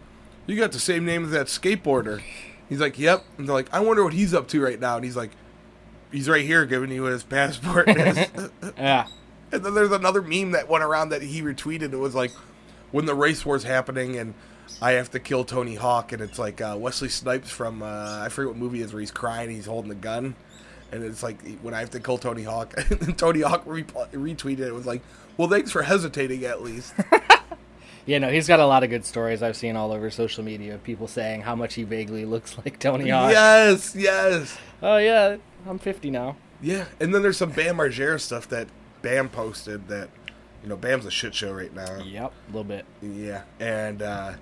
[SPEAKER 1] you got the same name as that skateboarder." He's like, "Yep," and they're like, "I wonder what he's up to right now." And he's like, "He's right here, giving you his passport."
[SPEAKER 2] Yeah.
[SPEAKER 1] And then there's another meme that went around that he retweeted. It was like when the race war's happening and I have to kill Tony Hawk, and it's like uh, Wesley Snipes from uh, I forget what movie it is where he's crying, and he's holding a gun, and it's like when I have to kill Tony Hawk, <laughs> and Tony Hawk repl- retweeted it. it was like, well, thanks for hesitating at least.
[SPEAKER 2] Yeah, no, he's got a lot of good stories I've seen all over social media of people saying how much he vaguely looks <laughs> like Tony Hawk.
[SPEAKER 1] yes, yes,
[SPEAKER 2] Oh, yeah, I'm 50 now.
[SPEAKER 1] yeah. And then there's some Bam Margera stuff that Bam posted that you know Bam's a shit show right now.
[SPEAKER 2] Yep, a little bit.
[SPEAKER 1] Yeah, and uh,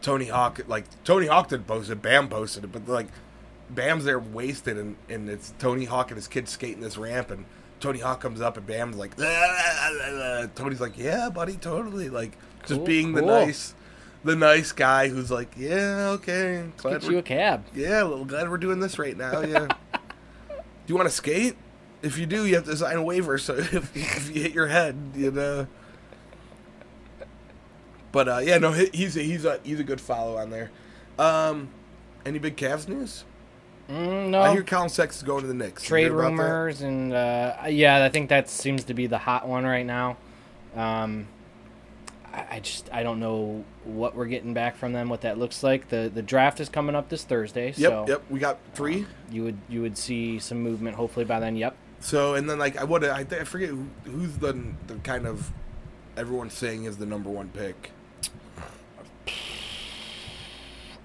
[SPEAKER 1] Tony Hawk like Tony Hawk did post it, Bam posted it, but like Bam's there wasted and, and it's Tony Hawk and his kid skating this ramp and Tony Hawk comes up and Bam's like "Ah, ah, ah, ah, ah." Tony's like, Yeah, buddy, totally like just
[SPEAKER 2] Cool,
[SPEAKER 1] being the
[SPEAKER 2] cool.
[SPEAKER 1] nice the nice guy who's like, Yeah, okay. Glad
[SPEAKER 2] Get
[SPEAKER 1] we're-
[SPEAKER 2] you a cab.
[SPEAKER 1] yeah, well, glad we're doing this right now. Yeah. do you want to skate? If you do, you have to sign a waiver. So <laughs> if, if you hit your head, you know. But uh, yeah, no, he- he's a, he's a he's a good follow on there. Um, any big Cavs news?
[SPEAKER 2] Mm,
[SPEAKER 1] I
[SPEAKER 2] no
[SPEAKER 1] hear Colin Sexton's going to the Knicks. You
[SPEAKER 2] trade
[SPEAKER 1] hear about that?
[SPEAKER 2] rumors and uh, yeah, I think that seems to be the hot one right now. Um, I, I just I don't know what we're getting back from them, what that looks like. the The draft is coming up this Thursday,
[SPEAKER 1] Yep,
[SPEAKER 2] so
[SPEAKER 1] yep. We got three.
[SPEAKER 2] you would you would see some movement hopefully by then. Yep.
[SPEAKER 1] So and then like I would I, th- I forget who, who's the the kind of everyone's saying is the number one pick.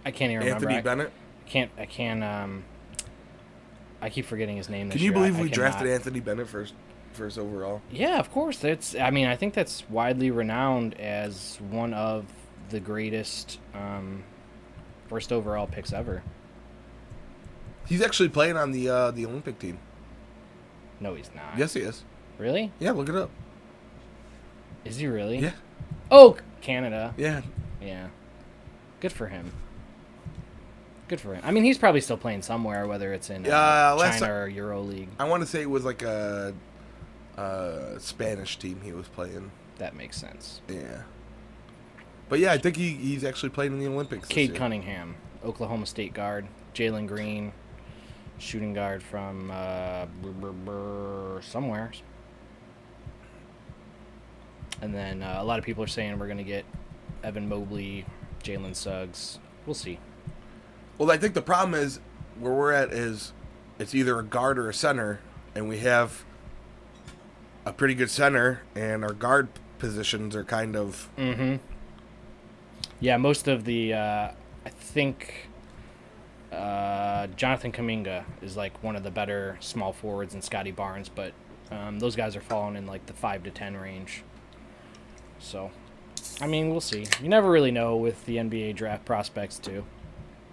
[SPEAKER 2] I can't even remember.
[SPEAKER 1] Anthony
[SPEAKER 2] I,
[SPEAKER 1] Bennett.
[SPEAKER 2] I can't. I can't. Um, I keep forgetting his name. This
[SPEAKER 1] Can you
[SPEAKER 2] year.
[SPEAKER 1] believe
[SPEAKER 2] I, I
[SPEAKER 1] we drafted
[SPEAKER 2] cannot.
[SPEAKER 1] Anthony Bennett first first overall?
[SPEAKER 2] Yeah, of course. That's. I mean, I think that's widely renowned as one of the greatest um, first overall picks ever.
[SPEAKER 1] He's actually playing on the uh, the Olympic team.
[SPEAKER 2] No, he's not.
[SPEAKER 1] Yes, he is.
[SPEAKER 2] Really?
[SPEAKER 1] Yeah, look it up.
[SPEAKER 2] Is he really?
[SPEAKER 1] Yeah,
[SPEAKER 2] Oh, Canada.
[SPEAKER 1] yeah.
[SPEAKER 2] Yeah. Good for him. Good for him. I mean, he's probably still playing somewhere, whether it's in uh,
[SPEAKER 1] Uh,
[SPEAKER 2] China
[SPEAKER 1] last
[SPEAKER 2] or EuroLeague.
[SPEAKER 1] I want to say it was like a, uh Spanish team he was playing.
[SPEAKER 2] That makes sense.
[SPEAKER 1] Yeah, but yeah, I think he, he's actually playing in the Olympics. this
[SPEAKER 2] Cade
[SPEAKER 1] year.
[SPEAKER 2] Cunningham, Oklahoma State guard. Jalen Green, shooting guard from uh, brr, brr, brr, somewhere. And then uh, a lot of people are saying we're going to get Evan Mobley, Jalen Suggs. We'll see.
[SPEAKER 1] Well, I think the problem is where we're at is it's either a guard or a center, and we have a pretty good center, and our guard positions are kind of
[SPEAKER 2] Mm-hmm. Yeah, most of the uh, I think uh, Jonathan Kaminga is like one of the better small forwards, and Scotty Barnes, but um, those guys are falling in like the five to ten range. So, I mean, we'll see. You never really know with the NBA draft prospects too.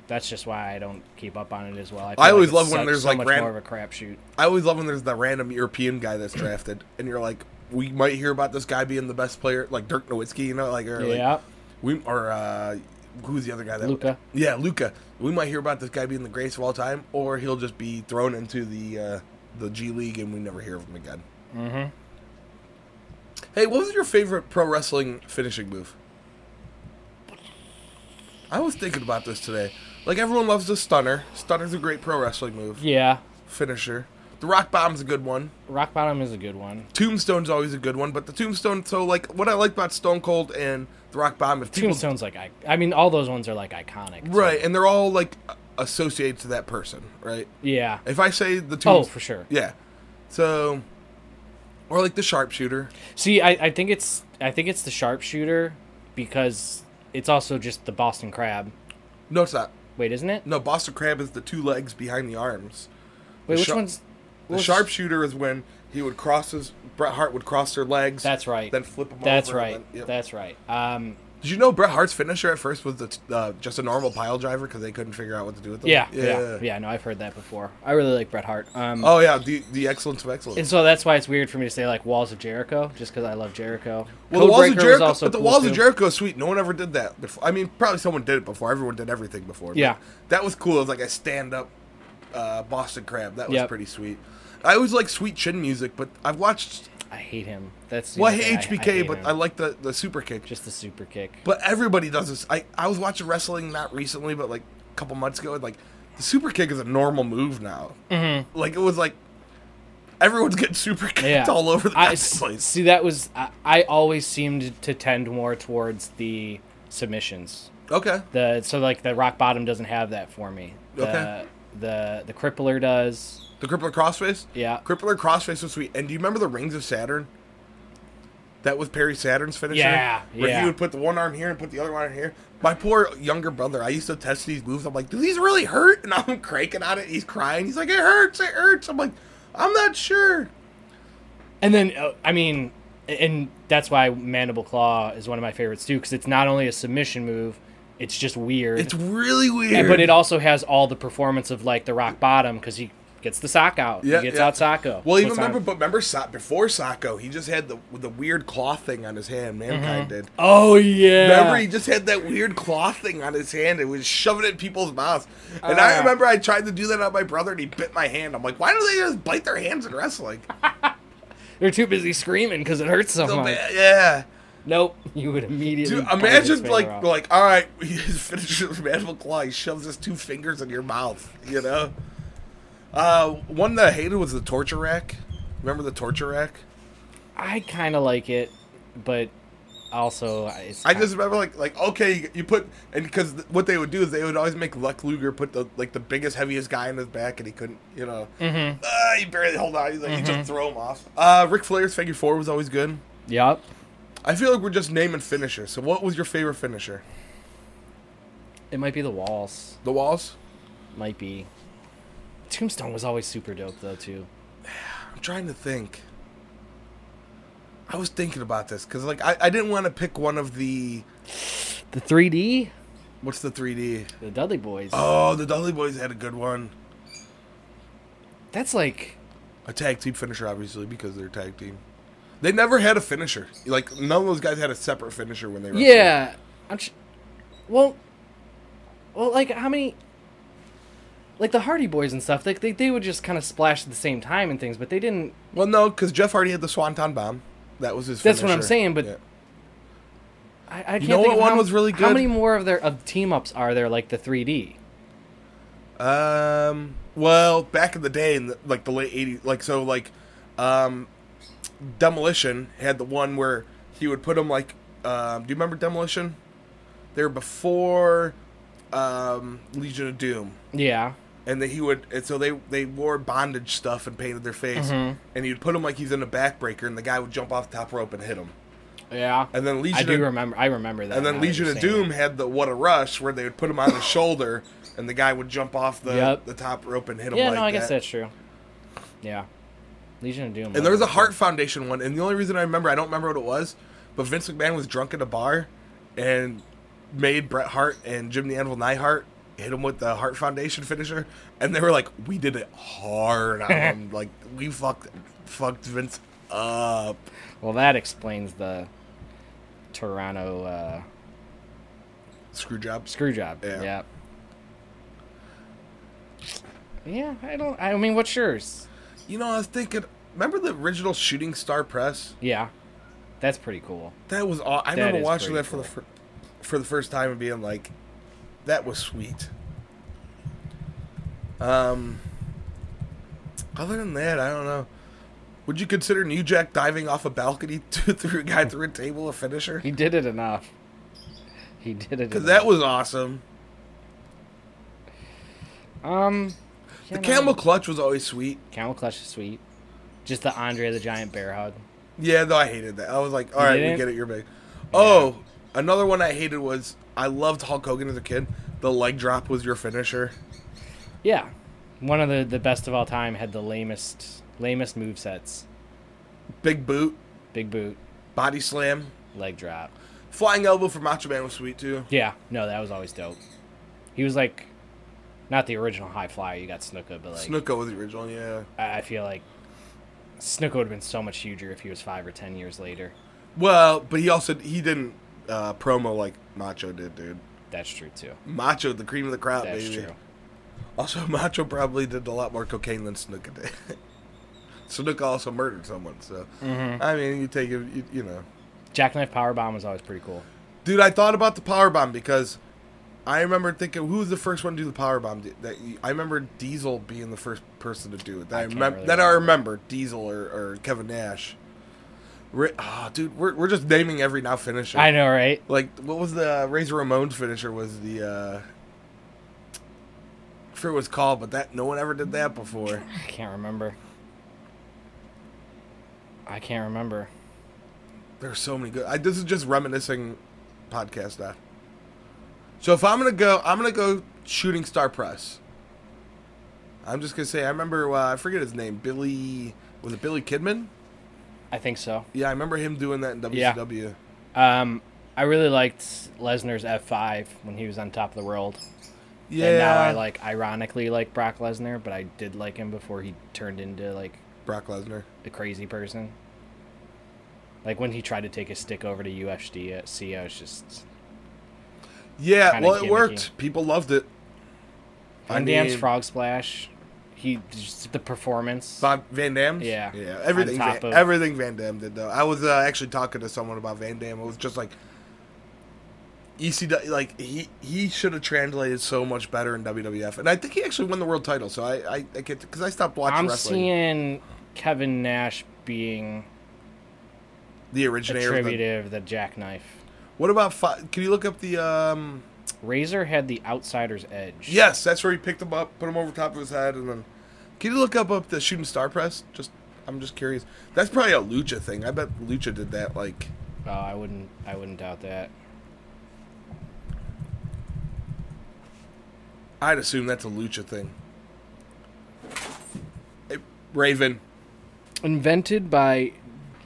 [SPEAKER 2] That's just why I don't keep up on it as well. feel
[SPEAKER 1] I always
[SPEAKER 2] it's
[SPEAKER 1] love when
[SPEAKER 2] such-
[SPEAKER 1] there's,
[SPEAKER 2] so
[SPEAKER 1] like,
[SPEAKER 2] much
[SPEAKER 1] ran-
[SPEAKER 2] more of a crapshoot.
[SPEAKER 1] I always love when there's the random European guy that's drafted, and you're like, we might hear about this guy being the best player, like Dirk Nowitzki, you know, like or like,
[SPEAKER 2] Yeah,
[SPEAKER 1] we or uh, who's the other guy that
[SPEAKER 2] Luca.
[SPEAKER 1] Yeah, Luca. We might hear about this guy being the greatest of all time, or he'll just be thrown into the uh, the G League and we never hear of him again.
[SPEAKER 2] Mm-hmm.
[SPEAKER 1] Hey, what was your favorite pro wrestling finishing move? I was thinking about this today. Like everyone loves the stunner. Stunner's a great pro wrestling move.
[SPEAKER 2] Yeah,
[SPEAKER 1] Finisher. The rock bomb's a good one.
[SPEAKER 2] rock bottom is a good one.
[SPEAKER 1] Tombstone's always a good one, but the Tombstone. So like, what I like about Stone Cold and The Rock Bottom is people,
[SPEAKER 2] Tombstone's like I. I mean, all those ones are like iconic. so-
[SPEAKER 1] right? And they're all like associated to that person, right?
[SPEAKER 2] Yeah.
[SPEAKER 1] If I say the
[SPEAKER 2] Oh,
[SPEAKER 1] Tombstone,
[SPEAKER 2] for sure.
[SPEAKER 1] yeah. So, or like the Sharpshooter.
[SPEAKER 2] See, I, I think it's I think it's the sharpshooter because it's also just the Boston crab.
[SPEAKER 1] No, it's not.
[SPEAKER 2] Wait, isn't it?
[SPEAKER 1] No, Boston Crab is the two legs behind the arms.
[SPEAKER 2] Wait, which
[SPEAKER 1] shar-
[SPEAKER 2] one's
[SPEAKER 1] The
[SPEAKER 2] which-
[SPEAKER 1] Sharpshooter is when he would cross his Bret Hart would cross their legs.
[SPEAKER 2] That's right.
[SPEAKER 1] Then flip them.
[SPEAKER 2] That's
[SPEAKER 1] over and
[SPEAKER 2] right.
[SPEAKER 1] then- yep.
[SPEAKER 2] That's right. Um,
[SPEAKER 1] Did you know Bret Hart's finisher at first was the t- uh, just a normal pile driver because they couldn't figure out what to do with it?
[SPEAKER 2] yeah, yeah, yeah, No, I've heard that before. I really like Bret Hart. Um,
[SPEAKER 1] Oh yeah, the the excellence of excellence.
[SPEAKER 2] and so that's why it's weird for me to say like Walls of Jericho, just because I love Jericho.
[SPEAKER 1] Well, the walls
[SPEAKER 2] Codebreaker
[SPEAKER 1] of
[SPEAKER 2] was
[SPEAKER 1] Jericho,
[SPEAKER 2] also
[SPEAKER 1] but the
[SPEAKER 2] cool,
[SPEAKER 1] walls
[SPEAKER 2] too.
[SPEAKER 1] of Jericho is sweet. No one ever did that. Before. I mean, probably someone did it before. Everyone did everything before. but
[SPEAKER 2] Yeah.
[SPEAKER 1] that was cool. It was like a stand-up uh, Boston crab. That was
[SPEAKER 2] Yep.
[SPEAKER 1] pretty sweet. I always like sweet chin music, but I've watched
[SPEAKER 2] I hate him. That's the
[SPEAKER 1] well, I
[SPEAKER 2] only
[SPEAKER 1] hate
[SPEAKER 2] thing
[SPEAKER 1] HBK,
[SPEAKER 2] hate
[SPEAKER 1] but
[SPEAKER 2] him.
[SPEAKER 1] I like the the super kick.
[SPEAKER 2] just the super kick.
[SPEAKER 1] But everybody does this. I I was watching wrestling not recently, but like a couple months ago, and like the super kick is a normal move now. Mm-hmm. Like it was like everyone's getting super kicked
[SPEAKER 2] yeah.
[SPEAKER 1] all over the <laughs>
[SPEAKER 2] I,
[SPEAKER 1] goddamn
[SPEAKER 2] s-
[SPEAKER 1] place.
[SPEAKER 2] See, that was I, I always seemed to tend more towards the submissions.
[SPEAKER 1] Okay,
[SPEAKER 2] The so like the rock bottom doesn't have that for me. The,
[SPEAKER 1] Okay.
[SPEAKER 2] The the crippler does.
[SPEAKER 1] the crippler crossface.
[SPEAKER 2] Yeah.
[SPEAKER 1] Crippler Crossface was sweet. And do you remember the Rings of Saturn? That was Perry Saturn's finisher.
[SPEAKER 2] Yeah,
[SPEAKER 1] Where
[SPEAKER 2] yeah.
[SPEAKER 1] he would put the one arm here and put the other one here. My poor younger brother, I used to test these moves. I'm like, do these really hurt? And I'm <laughs> cranking on it. He's crying. He's like, it hurts. It hurts. I'm like, I'm not sure.
[SPEAKER 2] And then uh, I mean, and that's why mandible claw is one of my favorites too because it's not only a submission move, it's just weird.
[SPEAKER 1] It's really weird.
[SPEAKER 2] And- but it also has all the performance of like the rock bottom because he gets the sock out.
[SPEAKER 1] Yeah,
[SPEAKER 2] he gets
[SPEAKER 1] yeah.
[SPEAKER 2] out Sacco.
[SPEAKER 1] Well, even
[SPEAKER 2] Puts on-
[SPEAKER 1] remember, but remember, Sa- before Sacco, he just had the the weird claw thing on his hand. Mankind did.
[SPEAKER 2] Oh yeah.
[SPEAKER 1] Remember, he just had that weird claw thing on his hand and was shoving it in people's mouths. And I
[SPEAKER 2] Ah.
[SPEAKER 1] remember I tried to do that on my brother, and he bit my hand. I'm like, why do they just bite their hands in wrestling?
[SPEAKER 2] They're too busy screaming because it hurts so
[SPEAKER 1] So
[SPEAKER 2] much.
[SPEAKER 1] bad. Yeah,
[SPEAKER 2] Nope. <laughs> You would immediately.
[SPEAKER 1] dude.
[SPEAKER 2] bite his
[SPEAKER 1] Imagine
[SPEAKER 2] finger
[SPEAKER 1] like
[SPEAKER 2] off.
[SPEAKER 1] like all right, <laughs> he finishes with mandible claw. He shoves his two fingers in your mouth. You know. Uh, one that I hated was the torture rack. Remember the torture rack?
[SPEAKER 2] I kind of like it, but also it's
[SPEAKER 1] I just remember like like okay, you put and because what they would do is they would always make Luck Luger put the like the biggest heaviest guy in his back and he couldn't you know mm-hmm. uh, he barely hold on he's like you just throw him off. Uh, Ric Flair's figure four was always good.
[SPEAKER 2] Yep.
[SPEAKER 1] I feel like we're just naming finishers. So what was your favorite finisher?
[SPEAKER 2] It might be the walls.
[SPEAKER 1] The walls.
[SPEAKER 2] Might be. Tombstone was always super dope though too.
[SPEAKER 1] I'm trying to think. I was thinking about this because like I, I didn't want to pick one of the
[SPEAKER 2] The 3D,
[SPEAKER 1] what's the 3D.
[SPEAKER 2] the Dudley Boys.
[SPEAKER 1] Oh, the Dudley Boys had a good one.
[SPEAKER 2] That's like
[SPEAKER 1] a tag team finisher, obviously, because they're a tag team. They never had a finisher. Like none of those guys had a separate finisher when they were.
[SPEAKER 2] yeah. I'm sh- well, well, like how many? Like the Hardy Boys and stuff. Like they, they would just kind of splash at the same time and things, but they didn't.
[SPEAKER 1] Well, no, because Jeff Hardy had the Swanton Bomb. That was his.
[SPEAKER 2] That's what I'm
[SPEAKER 1] finisher.
[SPEAKER 2] saying, but-
[SPEAKER 1] Yeah.
[SPEAKER 2] I, I can't
[SPEAKER 1] know
[SPEAKER 2] think
[SPEAKER 1] what
[SPEAKER 2] of
[SPEAKER 1] one
[SPEAKER 2] how,
[SPEAKER 1] was really
[SPEAKER 2] How
[SPEAKER 1] good?
[SPEAKER 2] many more of their of team ups are there like the 3D?
[SPEAKER 1] Um. Well, back in the day, in the, like the late '80s, like so, like, um, Demolition had the one where he would put him like. Um, do you remember Demolition? They were before um, Legion of Doom.
[SPEAKER 2] Yeah.
[SPEAKER 1] and then he would and so they they wore bondage stuff and painted their face
[SPEAKER 2] Mm-hmm.
[SPEAKER 1] and he'd put him like he's in a backbreaker and the guy would jump off the top rope and hit him
[SPEAKER 2] Yeah.
[SPEAKER 1] and then legion
[SPEAKER 2] I do
[SPEAKER 1] of,
[SPEAKER 2] remember. I remember that.
[SPEAKER 1] and
[SPEAKER 2] now
[SPEAKER 1] then
[SPEAKER 2] that
[SPEAKER 1] legion
[SPEAKER 2] you're
[SPEAKER 1] of
[SPEAKER 2] saying
[SPEAKER 1] doom had the what a rush where they would put him
[SPEAKER 2] <laughs>
[SPEAKER 1] on his shoulder and the guy would jump off the
[SPEAKER 2] Yep.
[SPEAKER 1] the top rope and hit
[SPEAKER 2] it.
[SPEAKER 1] him
[SPEAKER 2] Yeah.
[SPEAKER 1] like
[SPEAKER 2] no, I
[SPEAKER 1] that.
[SPEAKER 2] guess that's true. Yeah. Legion of Doom.
[SPEAKER 1] and there was a heart foundation one and the only reason i remember i don't remember what it was but vince mcmahon was drunk at a bar and made bret hart and jim the anvil Neihart hit him with the heart foundation finisher and they were like we did it hard on him like we fucked fucked vince up
[SPEAKER 2] Well, that explains the Toronto uh,
[SPEAKER 1] screw jobs
[SPEAKER 2] screw job.
[SPEAKER 1] Yeah.
[SPEAKER 2] Yeah. Yeah, I don't. I mean, what's yours?
[SPEAKER 1] you know i was thinking remember the original shooting star press
[SPEAKER 2] Yeah, that's pretty cool.
[SPEAKER 1] that was all i
[SPEAKER 2] That
[SPEAKER 1] remember
[SPEAKER 2] is
[SPEAKER 1] watching
[SPEAKER 2] pretty
[SPEAKER 1] that for the fir- for the first time and being like that was sweet um other than that i don't know would you consider new jack diving off a balcony <laughs> to through a guy through a table a finisher
[SPEAKER 2] He did it enough. He did it.
[SPEAKER 1] because
[SPEAKER 2] Enough.
[SPEAKER 1] that was awesome
[SPEAKER 2] um.
[SPEAKER 1] the
[SPEAKER 2] yeah, no.
[SPEAKER 1] camel clutch was always sweet
[SPEAKER 2] Camel clutch is sweet. Just the Andre the Giant bear hug.
[SPEAKER 1] yeah though i hated that i was like all right we
[SPEAKER 2] didn't?
[SPEAKER 1] get it you're big oh another one i hated was i loved hulk hogan as a kid the leg drop was your finisher
[SPEAKER 2] Yeah, one of the the best of all time had the lamest lamest move sets.
[SPEAKER 1] big boot
[SPEAKER 2] Big boot,
[SPEAKER 1] body slam
[SPEAKER 2] leg drop.
[SPEAKER 1] Flying elbow for Macho Man was sweet too.
[SPEAKER 2] Yeah, no, that was always dope. He was like, not the original high flyer. You got Snuka, but like,
[SPEAKER 1] Snuka was the original, yeah.
[SPEAKER 2] I I feel like Snuka would have been so much huger if he was five or ten years later.
[SPEAKER 1] Well, but he also he didn't uh, promo like Macho did, dude.
[SPEAKER 2] That's true too.
[SPEAKER 1] Macho, the cream of the crop,
[SPEAKER 2] That's
[SPEAKER 1] baby.
[SPEAKER 2] true.
[SPEAKER 1] Also, <laughs> Macho probably did a lot more cocaine than Snuka did. <laughs> Snuka also murdered someone, so
[SPEAKER 2] Mm-hmm.
[SPEAKER 1] I mean, you take it, you, you know.
[SPEAKER 2] Jackknife powerbomb was always pretty cool.
[SPEAKER 1] Dude, I thought about the power bomb because I remember thinking, who was the first one to do the power bomb? That you- I remember Diesel being the first person to do it. That I,
[SPEAKER 2] can't
[SPEAKER 1] remember.
[SPEAKER 2] really
[SPEAKER 1] that I
[SPEAKER 2] remember.
[SPEAKER 1] remember Diesel or, or Kevin Nash. Ri- Ah, dude, we're, we're just naming every now finisher.
[SPEAKER 2] I know, right?
[SPEAKER 1] Like, what was the uh, Razor Ramon's finisher? Was the uh, I forget what it's called, but that no one ever did that before.
[SPEAKER 2] I can't remember. I can't remember.
[SPEAKER 1] There's so many good. I, this is just reminiscing podcast now. So if I'm gonna go, I'm gonna go shooting star press. I'm just gonna say I remember uh, I forget his name. Billy was it Billy Kidman?
[SPEAKER 2] I think so.
[SPEAKER 1] Yeah, I remember him doing that in WCW.
[SPEAKER 2] Um, I really liked Lesnar's F5 when he was on top of the world.
[SPEAKER 1] Yeah.
[SPEAKER 2] And now I like ironically like Brock Lesnar, but I did like him before he turned into like
[SPEAKER 1] Brock Lesnar.
[SPEAKER 2] a crazy person. Like when he tried to take his stick over to UFD at C, I was just
[SPEAKER 1] Yeah,
[SPEAKER 2] Kinda
[SPEAKER 1] well, it
[SPEAKER 2] gimmicky.
[SPEAKER 1] worked. People loved it. I
[SPEAKER 2] Van Damme's
[SPEAKER 1] mean,
[SPEAKER 2] frog splash. He just the performance.
[SPEAKER 1] Bob Van Dam.
[SPEAKER 2] Yeah.
[SPEAKER 1] yeah.
[SPEAKER 2] On
[SPEAKER 1] Everything, Van,
[SPEAKER 2] top of-
[SPEAKER 1] everything Van Dam did though. I was uh, actually talking to someone about Van Dam. It was just like ECW. Like he he should have translated so much better in WWF, and I think he actually won the world title. So I I, I get because I stopped watching
[SPEAKER 2] I'm
[SPEAKER 1] wrestling.
[SPEAKER 2] seeing Kevin Nash being
[SPEAKER 1] the originator. Of the,
[SPEAKER 2] attributive the jackknife.
[SPEAKER 1] what about? Fi- can you look up the? um
[SPEAKER 2] Razor had the outsider's edge.
[SPEAKER 1] Yes, that's where he picked him up, put him over top of his head, and then. Can you look up up the shooting star press? Just I'm just curious. That's probably a lucha thing. I bet lucha did that like.
[SPEAKER 2] Oh, I wouldn't. I wouldn't doubt that.
[SPEAKER 1] I'd assume that's a lucha thing. Hey, Raven.
[SPEAKER 2] Invented by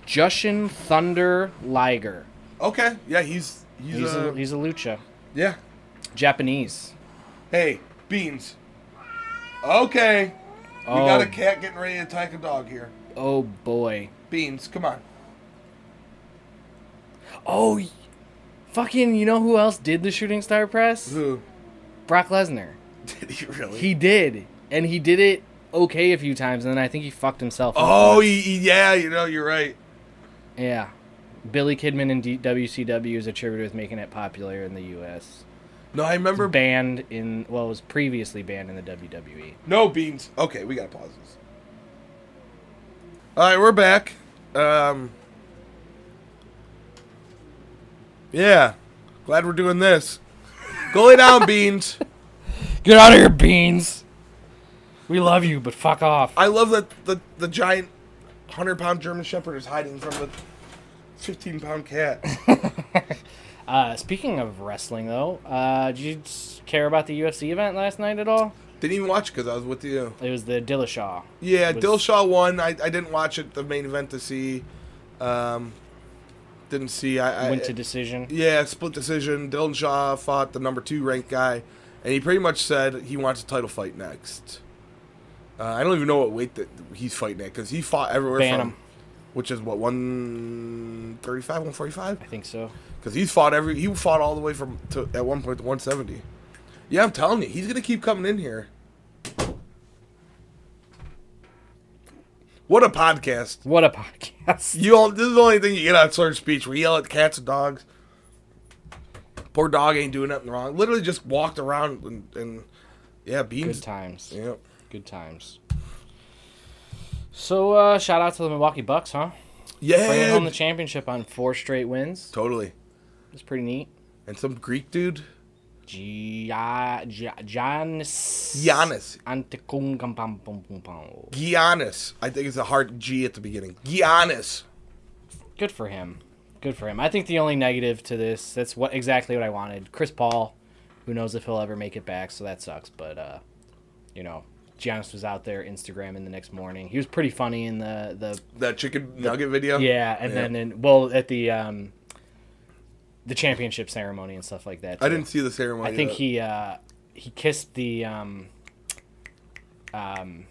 [SPEAKER 2] Jushin Thunder Liger.
[SPEAKER 1] Okay. Yeah, he's he's,
[SPEAKER 2] He's
[SPEAKER 1] uh,
[SPEAKER 2] a, he's a lucha.
[SPEAKER 1] yeah.
[SPEAKER 2] Japanese.
[SPEAKER 1] Hey, beans. Okay. We
[SPEAKER 2] Oh.
[SPEAKER 1] got a cat getting ready to attack a dog here.
[SPEAKER 2] Oh boy.
[SPEAKER 1] Beans, come on.
[SPEAKER 2] Oh, y- fucking. You know who else did the shooting star press?
[SPEAKER 1] Ooh.
[SPEAKER 2] Brock Lesnar.
[SPEAKER 1] <laughs> Did he really?
[SPEAKER 2] He did, and he did it okay a few times, and then I think he fucked himself. up
[SPEAKER 1] oh,
[SPEAKER 2] once.
[SPEAKER 1] he, he- yeah. You know, you're right.
[SPEAKER 2] yeah. Billy Kidman and D- WCW is attributed with making it popular in the U.S.
[SPEAKER 1] No, I remember.
[SPEAKER 2] Banned in well, it was previously banned in the E. WWE.
[SPEAKER 1] no beans. Okay, we gotta pause this. All right, we're back. Um. Yeah, glad we're doing this. Go lay <laughs> down, beans.
[SPEAKER 2] Get out of here, beans. We love you, but fuck off.
[SPEAKER 1] I love that the, the giant 100 pound German Shepherd is hiding from the 15 pound cat.
[SPEAKER 2] Uh, speaking of wrestling, though, uh, did you s- care about the UFC event last night at all?
[SPEAKER 1] Didn't even watch it because I was with you.
[SPEAKER 2] It was the Dillashaw.
[SPEAKER 1] Yeah,
[SPEAKER 2] It was-
[SPEAKER 1] Dillashaw won. I, I didn't watch it, the main event to see. Um, didn't see. I, I
[SPEAKER 2] went to decision.
[SPEAKER 1] Yeah, split decision. Dillashaw fought the number two ranked guy, and he pretty much said he wants a title fight next. Uh, I don't even know what weight that he's fighting at because he fought everywhere
[SPEAKER 2] Bantam.
[SPEAKER 1] from, which is what one thirty-five, one forty-five.
[SPEAKER 2] I think so.
[SPEAKER 1] because he's fought every he fought all the way from to at one point to 170. Yeah, I'm telling you, he's gonna keep coming in here. What a podcast!
[SPEAKER 2] What a podcast.
[SPEAKER 1] You all this is the only thing you get on slurred speech. We yell at cats and dogs. Poor dog ain't doing nothing wrong. Literally just walked around and, and yeah, beans.
[SPEAKER 2] Good times.
[SPEAKER 1] Yeah,
[SPEAKER 2] Good times. So, uh, shout out to the Milwaukee Bucks, huh? Bringing
[SPEAKER 1] yeah,
[SPEAKER 2] home the championship on four straight wins.
[SPEAKER 1] totally.
[SPEAKER 2] That's pretty neat.
[SPEAKER 1] And some Greek dude,
[SPEAKER 2] Gia, Gia, Giannis.
[SPEAKER 1] Giannis.
[SPEAKER 2] Antetokounmpo.
[SPEAKER 1] Giannis. I think it's a hard G at the beginning. Giannis.
[SPEAKER 2] Good for him. Good for him. I think the only negative to this, that's what exactly what I wanted. Chris Paul, who knows if he'll ever make it back, so that sucks. But uh, you know, Giannis was out there Instagramming the next morning. He was pretty funny in the the
[SPEAKER 1] That chicken nugget video.
[SPEAKER 2] Yeah, and
[SPEAKER 1] Oh, Yeah.
[SPEAKER 2] then in, well at the um the championship ceremony and stuff like that.
[SPEAKER 1] I
[SPEAKER 2] too.
[SPEAKER 1] didn't see the ceremony.
[SPEAKER 2] I think
[SPEAKER 1] though.
[SPEAKER 2] he uh he kissed the um um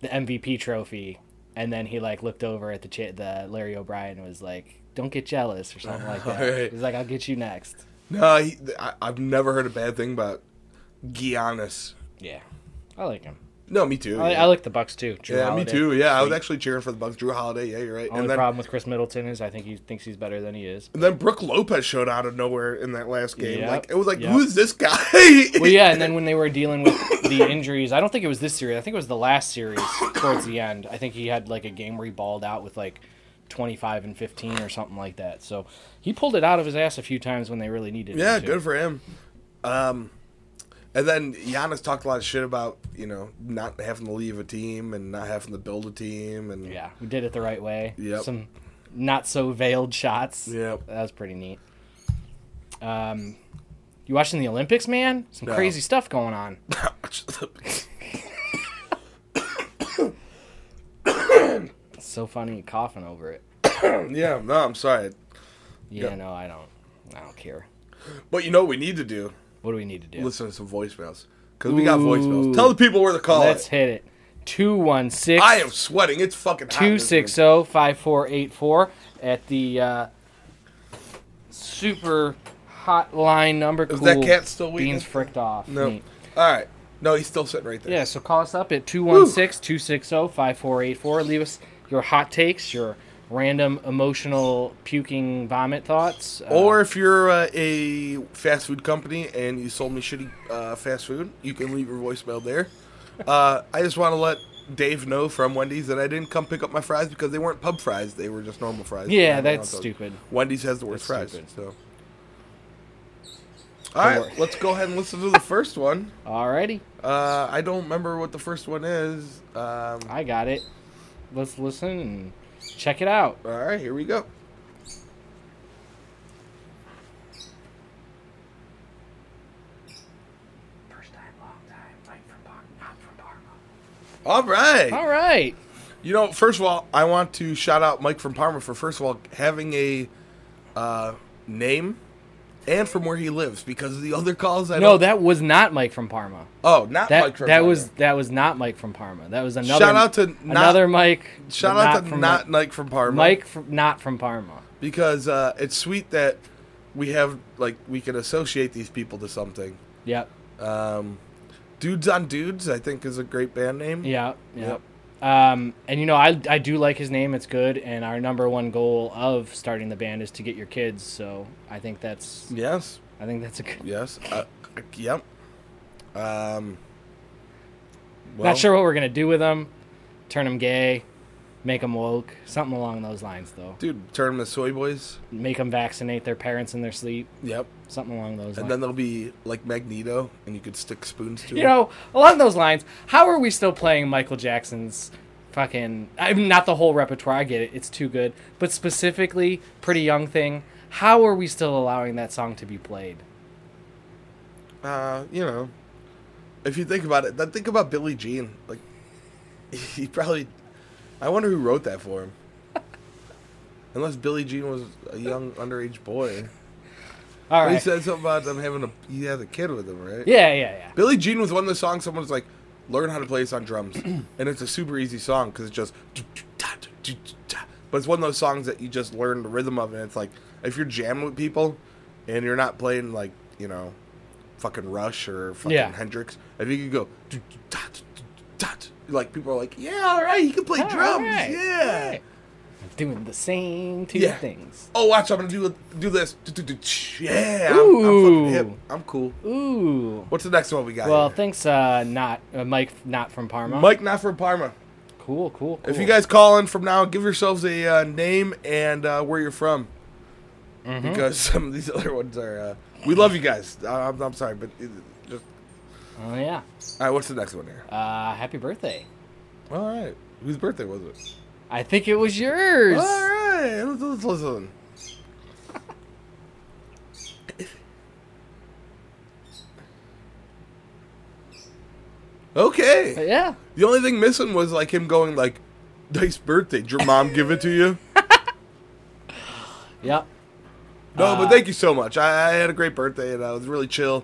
[SPEAKER 2] the MVP trophy and then he like looked over at the cha- the Larry O'Brien and was like don't get jealous or something like
[SPEAKER 1] <laughs>
[SPEAKER 2] that.
[SPEAKER 1] Alright.
[SPEAKER 2] He's like I'll get you next.
[SPEAKER 1] No, he, I, I've never heard a bad thing about Giannis.
[SPEAKER 2] Yeah. I like him.
[SPEAKER 1] No, me too.
[SPEAKER 2] I,
[SPEAKER 1] yeah,
[SPEAKER 2] I like the Bucks too. Drew
[SPEAKER 1] Yeah, me
[SPEAKER 2] Holiday.
[SPEAKER 1] too. Yeah, I was
[SPEAKER 2] Sweet.
[SPEAKER 1] actually cheering for the Bucks. Drew Holiday. Yeah, you're right.
[SPEAKER 2] Only
[SPEAKER 1] and then
[SPEAKER 2] problem with Chris Middleton is I think he thinks he's better than he is.
[SPEAKER 1] and then Brooke Lopez showed out of nowhere in that last game.
[SPEAKER 2] Yep,
[SPEAKER 1] Like it was like,
[SPEAKER 2] yep.
[SPEAKER 1] who's this guy?
[SPEAKER 2] <laughs> Well, yeah, and then when they were dealing with the injuries, I don't think it was this series. I think it was the last series towards the end. I think he had like a game where he balled out with like 25 and 15 or something like that. So he pulled it out of his ass a few times when they really
[SPEAKER 1] <laughs>
[SPEAKER 2] needed
[SPEAKER 1] Yeah,
[SPEAKER 2] him. to.
[SPEAKER 1] good for him. Um, and then Giannis talked a lot of shit about you know not having to leave a team and not having to build a team and
[SPEAKER 2] Yeah, we did it the right way.
[SPEAKER 1] Yep.
[SPEAKER 2] Some not so veiled shots.
[SPEAKER 1] Yep.
[SPEAKER 2] That was pretty neat. Um, you watching the Olympics, man? Some
[SPEAKER 1] No.
[SPEAKER 2] crazy stuff going on. It's so funny coughing over it.
[SPEAKER 1] <laughs> yeah. No, I'm sorry.
[SPEAKER 2] Yeah,
[SPEAKER 1] Yeah.
[SPEAKER 2] no, I don't. I don't care.
[SPEAKER 1] But you know what we need to do?
[SPEAKER 2] What do we need to do?
[SPEAKER 1] Listen to some voicemails. Because we got voicemails.
[SPEAKER 2] Ooh.
[SPEAKER 1] Tell the people where to call
[SPEAKER 2] Let's
[SPEAKER 1] it.
[SPEAKER 2] hit it. 216
[SPEAKER 1] I am sweating. It's fucking hot. in this room.
[SPEAKER 2] 260 5484 at the uh, super hotline number. Cool.
[SPEAKER 1] that cat still
[SPEAKER 2] Beans
[SPEAKER 1] weeping?
[SPEAKER 2] fricked off.
[SPEAKER 1] No.
[SPEAKER 2] Neat.
[SPEAKER 1] All right. No, he's still sitting right there.
[SPEAKER 2] Yeah, so call us up at 216 260 5484. Leave us your hot takes, your random emotional puking vomit thoughts. Uh,
[SPEAKER 1] Or if you're uh, a fast food company and you sold me shitty uh, fast food, you can leave your voicemail there. Uh, I just want to let Dave know from Wendy's that I didn't come pick up my fries because they weren't pub fries; they were just normal fries. I
[SPEAKER 2] Yeah,
[SPEAKER 1] don't
[SPEAKER 2] that's
[SPEAKER 1] want those.
[SPEAKER 2] stupid.
[SPEAKER 1] Wendy's has the worst
[SPEAKER 2] That's
[SPEAKER 1] fries.
[SPEAKER 2] stupid.
[SPEAKER 1] So, all right,
[SPEAKER 2] worry.
[SPEAKER 1] let's go ahead and listen to the first one.
[SPEAKER 2] Alrighty,
[SPEAKER 1] Uh, I don't remember what the first one is. Um,
[SPEAKER 2] I got it. Let's listen and check it out.
[SPEAKER 1] all right, here we go.
[SPEAKER 2] First time, long time, from not from
[SPEAKER 1] All right.
[SPEAKER 2] All right.
[SPEAKER 1] You know, first of all, I want to shout out Mike from Parma for first of all having a uh, name and from where he lives because the other calls I
[SPEAKER 2] No,
[SPEAKER 1] don't-
[SPEAKER 2] that was not Mike from Parma.
[SPEAKER 1] oh not
[SPEAKER 2] That
[SPEAKER 1] Mike from
[SPEAKER 2] that
[SPEAKER 1] Parma.
[SPEAKER 2] was that was not Mike from Parma. That was another
[SPEAKER 1] Shout out to not-
[SPEAKER 2] another Mike.
[SPEAKER 1] shout
[SPEAKER 2] but
[SPEAKER 1] out to
[SPEAKER 2] from
[SPEAKER 1] not
[SPEAKER 2] Mi-
[SPEAKER 1] Mike from Parma
[SPEAKER 2] Mike from, not from Parma.
[SPEAKER 1] because uh, it's sweet that we have like we can associate these people to something.
[SPEAKER 2] Yep.
[SPEAKER 1] Um, Dudes on Dudes, I think, is a great band name.
[SPEAKER 2] Yeah. Yep. Um, and you know, I I do like his name. It's good. And our number one goal of starting the band is to get your kids. So I think that's
[SPEAKER 1] Yes.
[SPEAKER 2] I think that's a good.
[SPEAKER 1] Yes. Uh, yep. Um. well,
[SPEAKER 2] not sure what we're gonna do with them. Turn them gay, make them woke, something along those lines though.
[SPEAKER 1] Dude, turn them to soy boys.
[SPEAKER 2] Make them vaccinate their parents in their sleep,
[SPEAKER 1] Yep.
[SPEAKER 2] something along
[SPEAKER 1] And
[SPEAKER 2] those lines.
[SPEAKER 1] then there'll be like Magneto, and you could stick spoons to
[SPEAKER 2] you
[SPEAKER 1] it.
[SPEAKER 2] know, along those lines, how are we still playing Michael Jackson's fucking I mean not the whole repertoire, I get it, it's too good. But specifically Pretty Young Thing, how are we still allowing that song to be played?
[SPEAKER 1] uh, you know, if you think about it, then think about Billy Jean. Like, <laughs> he probably. I wonder who wrote that
[SPEAKER 2] <laughs>
[SPEAKER 1] for him. Unless Billy Jean was a young underage boy.
[SPEAKER 2] All
[SPEAKER 1] He
[SPEAKER 2] right.
[SPEAKER 1] said something about them having a he has a kid with him, right?
[SPEAKER 2] yeah, yeah,
[SPEAKER 1] Billy Jean was one of the songs someone was like, learn how to play this on
[SPEAKER 2] <clears throat>
[SPEAKER 1] drums, and it's a super easy song because it's just. But it's one of those songs that you just learn the rhythm of, and it's like if you're jamming with people, and you're not playing like you know, fucking Rush or fucking
[SPEAKER 2] Yeah.
[SPEAKER 1] Hendrix, if you could go, like people are like, yeah, all right, you can play
[SPEAKER 2] All
[SPEAKER 1] drums,
[SPEAKER 2] right,
[SPEAKER 1] yeah.
[SPEAKER 2] all right. yeah. Doing the same two
[SPEAKER 1] Yeah.
[SPEAKER 2] things.
[SPEAKER 1] Oh, watch, I'm gonna do do this, yeah. I'm, I'm fucking
[SPEAKER 2] Ooh.
[SPEAKER 1] hip. I'm cool.
[SPEAKER 2] Ooh.
[SPEAKER 1] What's the next one we got?
[SPEAKER 2] Well,
[SPEAKER 1] here?
[SPEAKER 2] thanks, uh, not uh, Mike, not from Parma.
[SPEAKER 1] Mike, not from Parma.
[SPEAKER 2] cool, cool.
[SPEAKER 1] If you
[SPEAKER 2] cool.
[SPEAKER 1] guys call in from now, give yourselves a uh, name and uh, where you're from, because <laughs> some of these other ones are. Uh, we love you guys. I, I'm, I'm sorry, but it, just
[SPEAKER 2] oh yeah,
[SPEAKER 1] all right. What's the next one here?
[SPEAKER 2] uh, happy birthday.
[SPEAKER 1] All right, whose birthday was it?
[SPEAKER 2] I think it was yours.
[SPEAKER 1] All right, let's, let's listen. Okay.
[SPEAKER 2] Yeah.
[SPEAKER 1] The only thing missing was like him going like, "Nice birthday, did your mom give it to you."
[SPEAKER 2] Yep.
[SPEAKER 1] No, but
[SPEAKER 2] Uh,
[SPEAKER 1] thank you so much. I, I had a great birthday and I was really chill.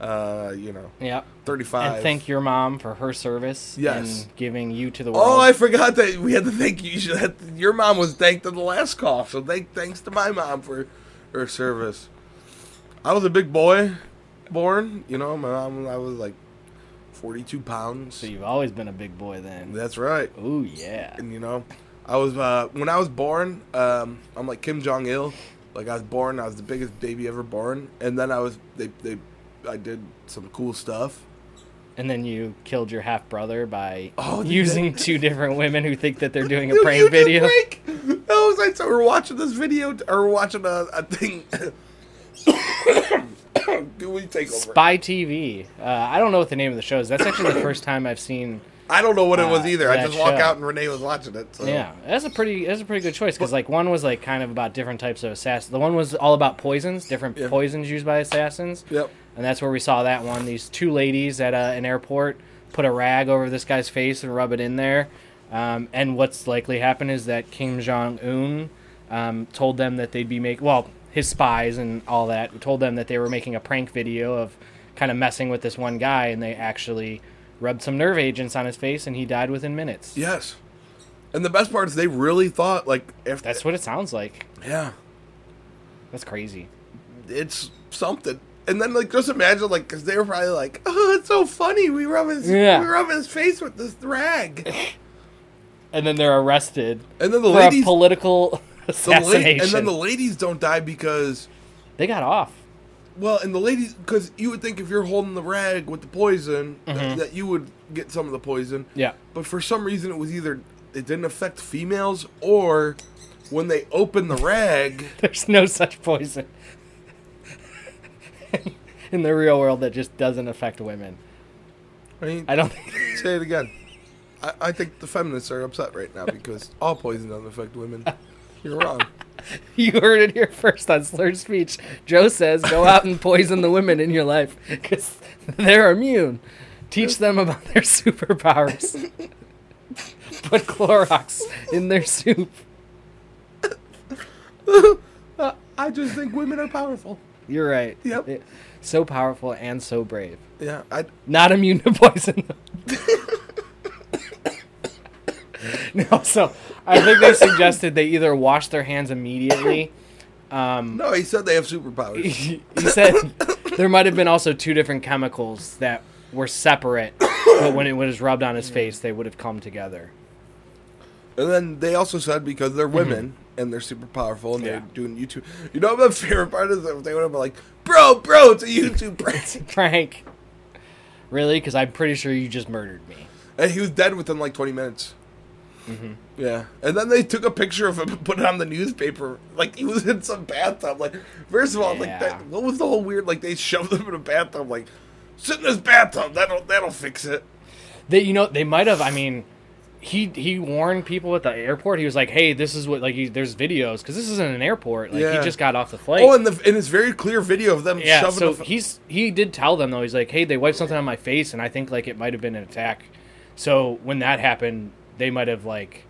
[SPEAKER 1] Uh, you know,
[SPEAKER 2] Yep.
[SPEAKER 1] 35.
[SPEAKER 2] And thank your mom for her service
[SPEAKER 1] Yes.
[SPEAKER 2] and giving you to the world.
[SPEAKER 1] Oh, I forgot that we had to thank you. you had to- Your mom was thanked on the last call, so thank thanks to my mom for her service. I was a big boy born, you know, my mom, I was like 42 pounds.
[SPEAKER 2] so you've always been a big boy then.
[SPEAKER 1] That's right.
[SPEAKER 2] Oh yeah.
[SPEAKER 1] And, you know, I was, uh, when I was born, um, I'm like Kim Jong il. Like, I was born, I was the biggest baby ever born. And then I was, they, they, I did some cool stuff.
[SPEAKER 2] And then you killed your half brother by
[SPEAKER 1] Oh, dude.
[SPEAKER 2] using two different women who think that they're doing a
[SPEAKER 1] Dude, <laughs> you
[SPEAKER 2] prank
[SPEAKER 1] did
[SPEAKER 2] video.
[SPEAKER 1] prank? That was like, so we're watching this video, or we're watching a, a thing. <coughs> Do we take over?
[SPEAKER 2] Spy TV. Uh, I don't know what the name of the show is. That's actually the first time I've seen.
[SPEAKER 1] I don't know what it was
[SPEAKER 2] Uh,
[SPEAKER 1] either. I
[SPEAKER 2] that
[SPEAKER 1] just walk
[SPEAKER 2] show.
[SPEAKER 1] out and Renee was watching it. So.
[SPEAKER 2] Yeah, that's a pretty that's a pretty good choice because like one was like kind of about different types of assassins. The one was all about poisons, different
[SPEAKER 1] Yeah.
[SPEAKER 2] poisons used by assassins.
[SPEAKER 1] Yep.
[SPEAKER 2] and that's where we saw that one. These two ladies at uh an airport put a rag over this guy's face and rub it in there. Um, and what's likely happened is that Kim Jong Un um, told them that they'd be make well his spies and all that. We told them that they were making a prank video of kind of messing with this one guy, and they actually rubbed some nerve agents on his face, and he died within minutes.
[SPEAKER 1] Yes. And the best part is they really thought like if
[SPEAKER 2] That's what it sounds like.
[SPEAKER 1] yeah,
[SPEAKER 2] That's crazy.
[SPEAKER 1] it's something. And then like just imagine like because they were probably like, oh, it's so funny. We rub his
[SPEAKER 2] Yeah.
[SPEAKER 1] we rub his face with this
[SPEAKER 2] <laughs>
[SPEAKER 1] rag.
[SPEAKER 2] And then they're arrested
[SPEAKER 1] And then the
[SPEAKER 2] for a
[SPEAKER 1] ladies, <laughs> the
[SPEAKER 2] political
[SPEAKER 1] la-
[SPEAKER 2] assassination.
[SPEAKER 1] and then the ladies don't die because
[SPEAKER 2] they got off.
[SPEAKER 1] well, and the ladies because you would think if you're holding the rag with the poison th- that you would get some of the poison.
[SPEAKER 2] Mm-hmm. Yeah.
[SPEAKER 1] But for some reason, it was either it didn't affect females or when they opened the
[SPEAKER 2] <laughs>
[SPEAKER 1] rag.
[SPEAKER 2] There's no such poison <laughs> in the real world that just doesn't affect women.
[SPEAKER 1] I mean,
[SPEAKER 2] I don't think. <laughs>
[SPEAKER 1] Say it again. I, I think the feminists are upset right now <laughs> because all poison doesn't affect women. You're wrong.
[SPEAKER 2] You heard it here first on Slurred Speech. Joe says, go out and poison the women in your life because they're immune. Teach them about their superpowers. <laughs> Put Clorox in their soup.
[SPEAKER 1] Uh, I just think women are powerful.
[SPEAKER 2] You're right.
[SPEAKER 1] Yep.
[SPEAKER 2] So powerful and so brave.
[SPEAKER 1] Yeah, I,
[SPEAKER 2] Not immune to poison. no, so I think they suggested they either wash their hands immediately.
[SPEAKER 1] no, he said they have <laughs> superpowers.
[SPEAKER 2] he he said there might have been also two different chemicals that were separate, but when it was rubbed on his face, they would have come together.
[SPEAKER 1] And then they also said because they're women and they're super powerful and
[SPEAKER 2] Yeah.
[SPEAKER 1] they're doing YouTube. You know what the <laughs> favorite part is? If they would have been like, bro, bro, it's a <laughs> YouTube prank.
[SPEAKER 2] Frank, really? Because I'm pretty sure you just murdered me.
[SPEAKER 1] and he was dead within like 20 minutes.
[SPEAKER 2] Mm-hmm.
[SPEAKER 1] Yeah. And then they took a picture of him and put it on the newspaper. Like, he was in some bathtub. Like, first of all, like,
[SPEAKER 2] Yeah.
[SPEAKER 1] that, what was the whole weird, like, they shoved him in a bathtub. Like, sit in this bathtub. That'll, that'll fix it.
[SPEAKER 2] They, you know, they might have. I mean, he he warned people at the airport. He was like, "Hey, this is what like he, there's videos because this isn't an airport. Like
[SPEAKER 1] Yeah.
[SPEAKER 2] he just got off the flight."
[SPEAKER 1] Oh, and, the, and it's very clear video of them
[SPEAKER 2] yeah,
[SPEAKER 1] shoving
[SPEAKER 2] so
[SPEAKER 1] the f-
[SPEAKER 2] he's he did tell them though. He's like, "Hey, they wiped something on my face, and I think like it might have been an attack." So when that happened, they might have like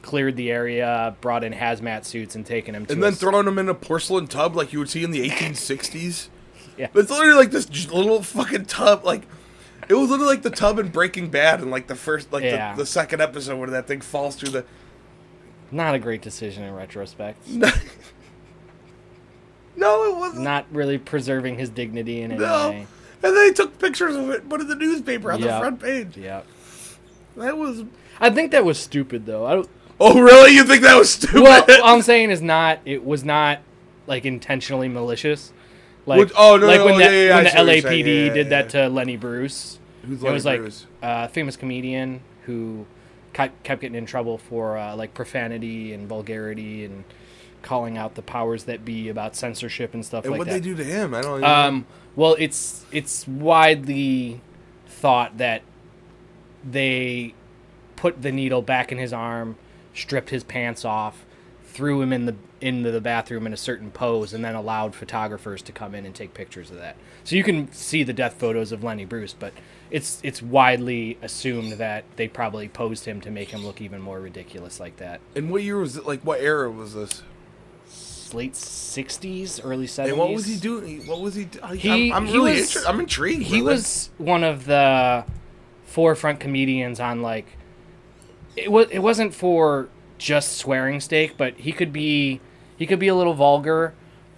[SPEAKER 2] cleared the area, brought in hazmat suits, and taken him. To
[SPEAKER 1] and then
[SPEAKER 2] a s-
[SPEAKER 1] throwing him in a porcelain tub like you would see in the 1860s.
[SPEAKER 2] Yeah.
[SPEAKER 1] But it's literally like this j- little fucking tub. Like, it was literally like the tub in Breaking Bad in like the first, like
[SPEAKER 2] Yeah.
[SPEAKER 1] the, the second episode where that thing falls through the.
[SPEAKER 2] not a great decision in retrospect.
[SPEAKER 1] <laughs> No, no it wasn't.
[SPEAKER 2] Not really preserving his dignity in any
[SPEAKER 1] no.
[SPEAKER 2] way.
[SPEAKER 1] And they took pictures of it and put it in the newspaper on
[SPEAKER 2] Yeah.
[SPEAKER 1] the front page.
[SPEAKER 2] Yeah,
[SPEAKER 1] That was.
[SPEAKER 2] I think that was stupid
[SPEAKER 1] <laughs>
[SPEAKER 2] though. I don't,
[SPEAKER 1] Oh, really? You think that was stupid? <laughs>
[SPEAKER 2] well, um, what I'm saying is not. It was not like intentionally malicious. Like
[SPEAKER 1] Which- oh, no,
[SPEAKER 2] like
[SPEAKER 1] no,
[SPEAKER 2] when
[SPEAKER 1] yeah,
[SPEAKER 2] the,
[SPEAKER 1] yeah, I
[SPEAKER 2] when
[SPEAKER 1] see what you're
[SPEAKER 2] the
[SPEAKER 1] saying.
[SPEAKER 2] LAPD
[SPEAKER 1] Yeah,
[SPEAKER 2] did
[SPEAKER 1] yeah,
[SPEAKER 2] that to Lenny Bruce.
[SPEAKER 1] Who's
[SPEAKER 2] it was
[SPEAKER 1] Lenny
[SPEAKER 2] like
[SPEAKER 1] Bruce?
[SPEAKER 2] a famous comedian who kept kept getting in trouble for uh, like profanity and vulgarity and calling out the powers that be about censorship and stuff
[SPEAKER 1] and
[SPEAKER 2] like
[SPEAKER 1] what'd
[SPEAKER 2] that.
[SPEAKER 1] they do to him? I don't even
[SPEAKER 2] Um, well, it's it's widely thought that they put the needle back in his arm, stripped his pants off, threw him in the into the bathroom in a certain pose, and then allowed photographers to come in and take pictures of that. So you can see the death photos of Lenny Bruce, but it's it's widely assumed that they probably posed him to make him look even more ridiculous like that.
[SPEAKER 1] And what year was it? Like, what era was this?
[SPEAKER 2] Late '60s, early '70s.
[SPEAKER 1] And what was he doing? What was he? Do- I,
[SPEAKER 2] He-
[SPEAKER 1] I'm, I'm
[SPEAKER 2] he
[SPEAKER 1] really.
[SPEAKER 2] was-
[SPEAKER 1] inter- I'm intrigued.
[SPEAKER 2] he
[SPEAKER 1] really.
[SPEAKER 2] was one of the forefront comedians on like it was it wasn't for just swearing stake but he could be he could be a little vulgar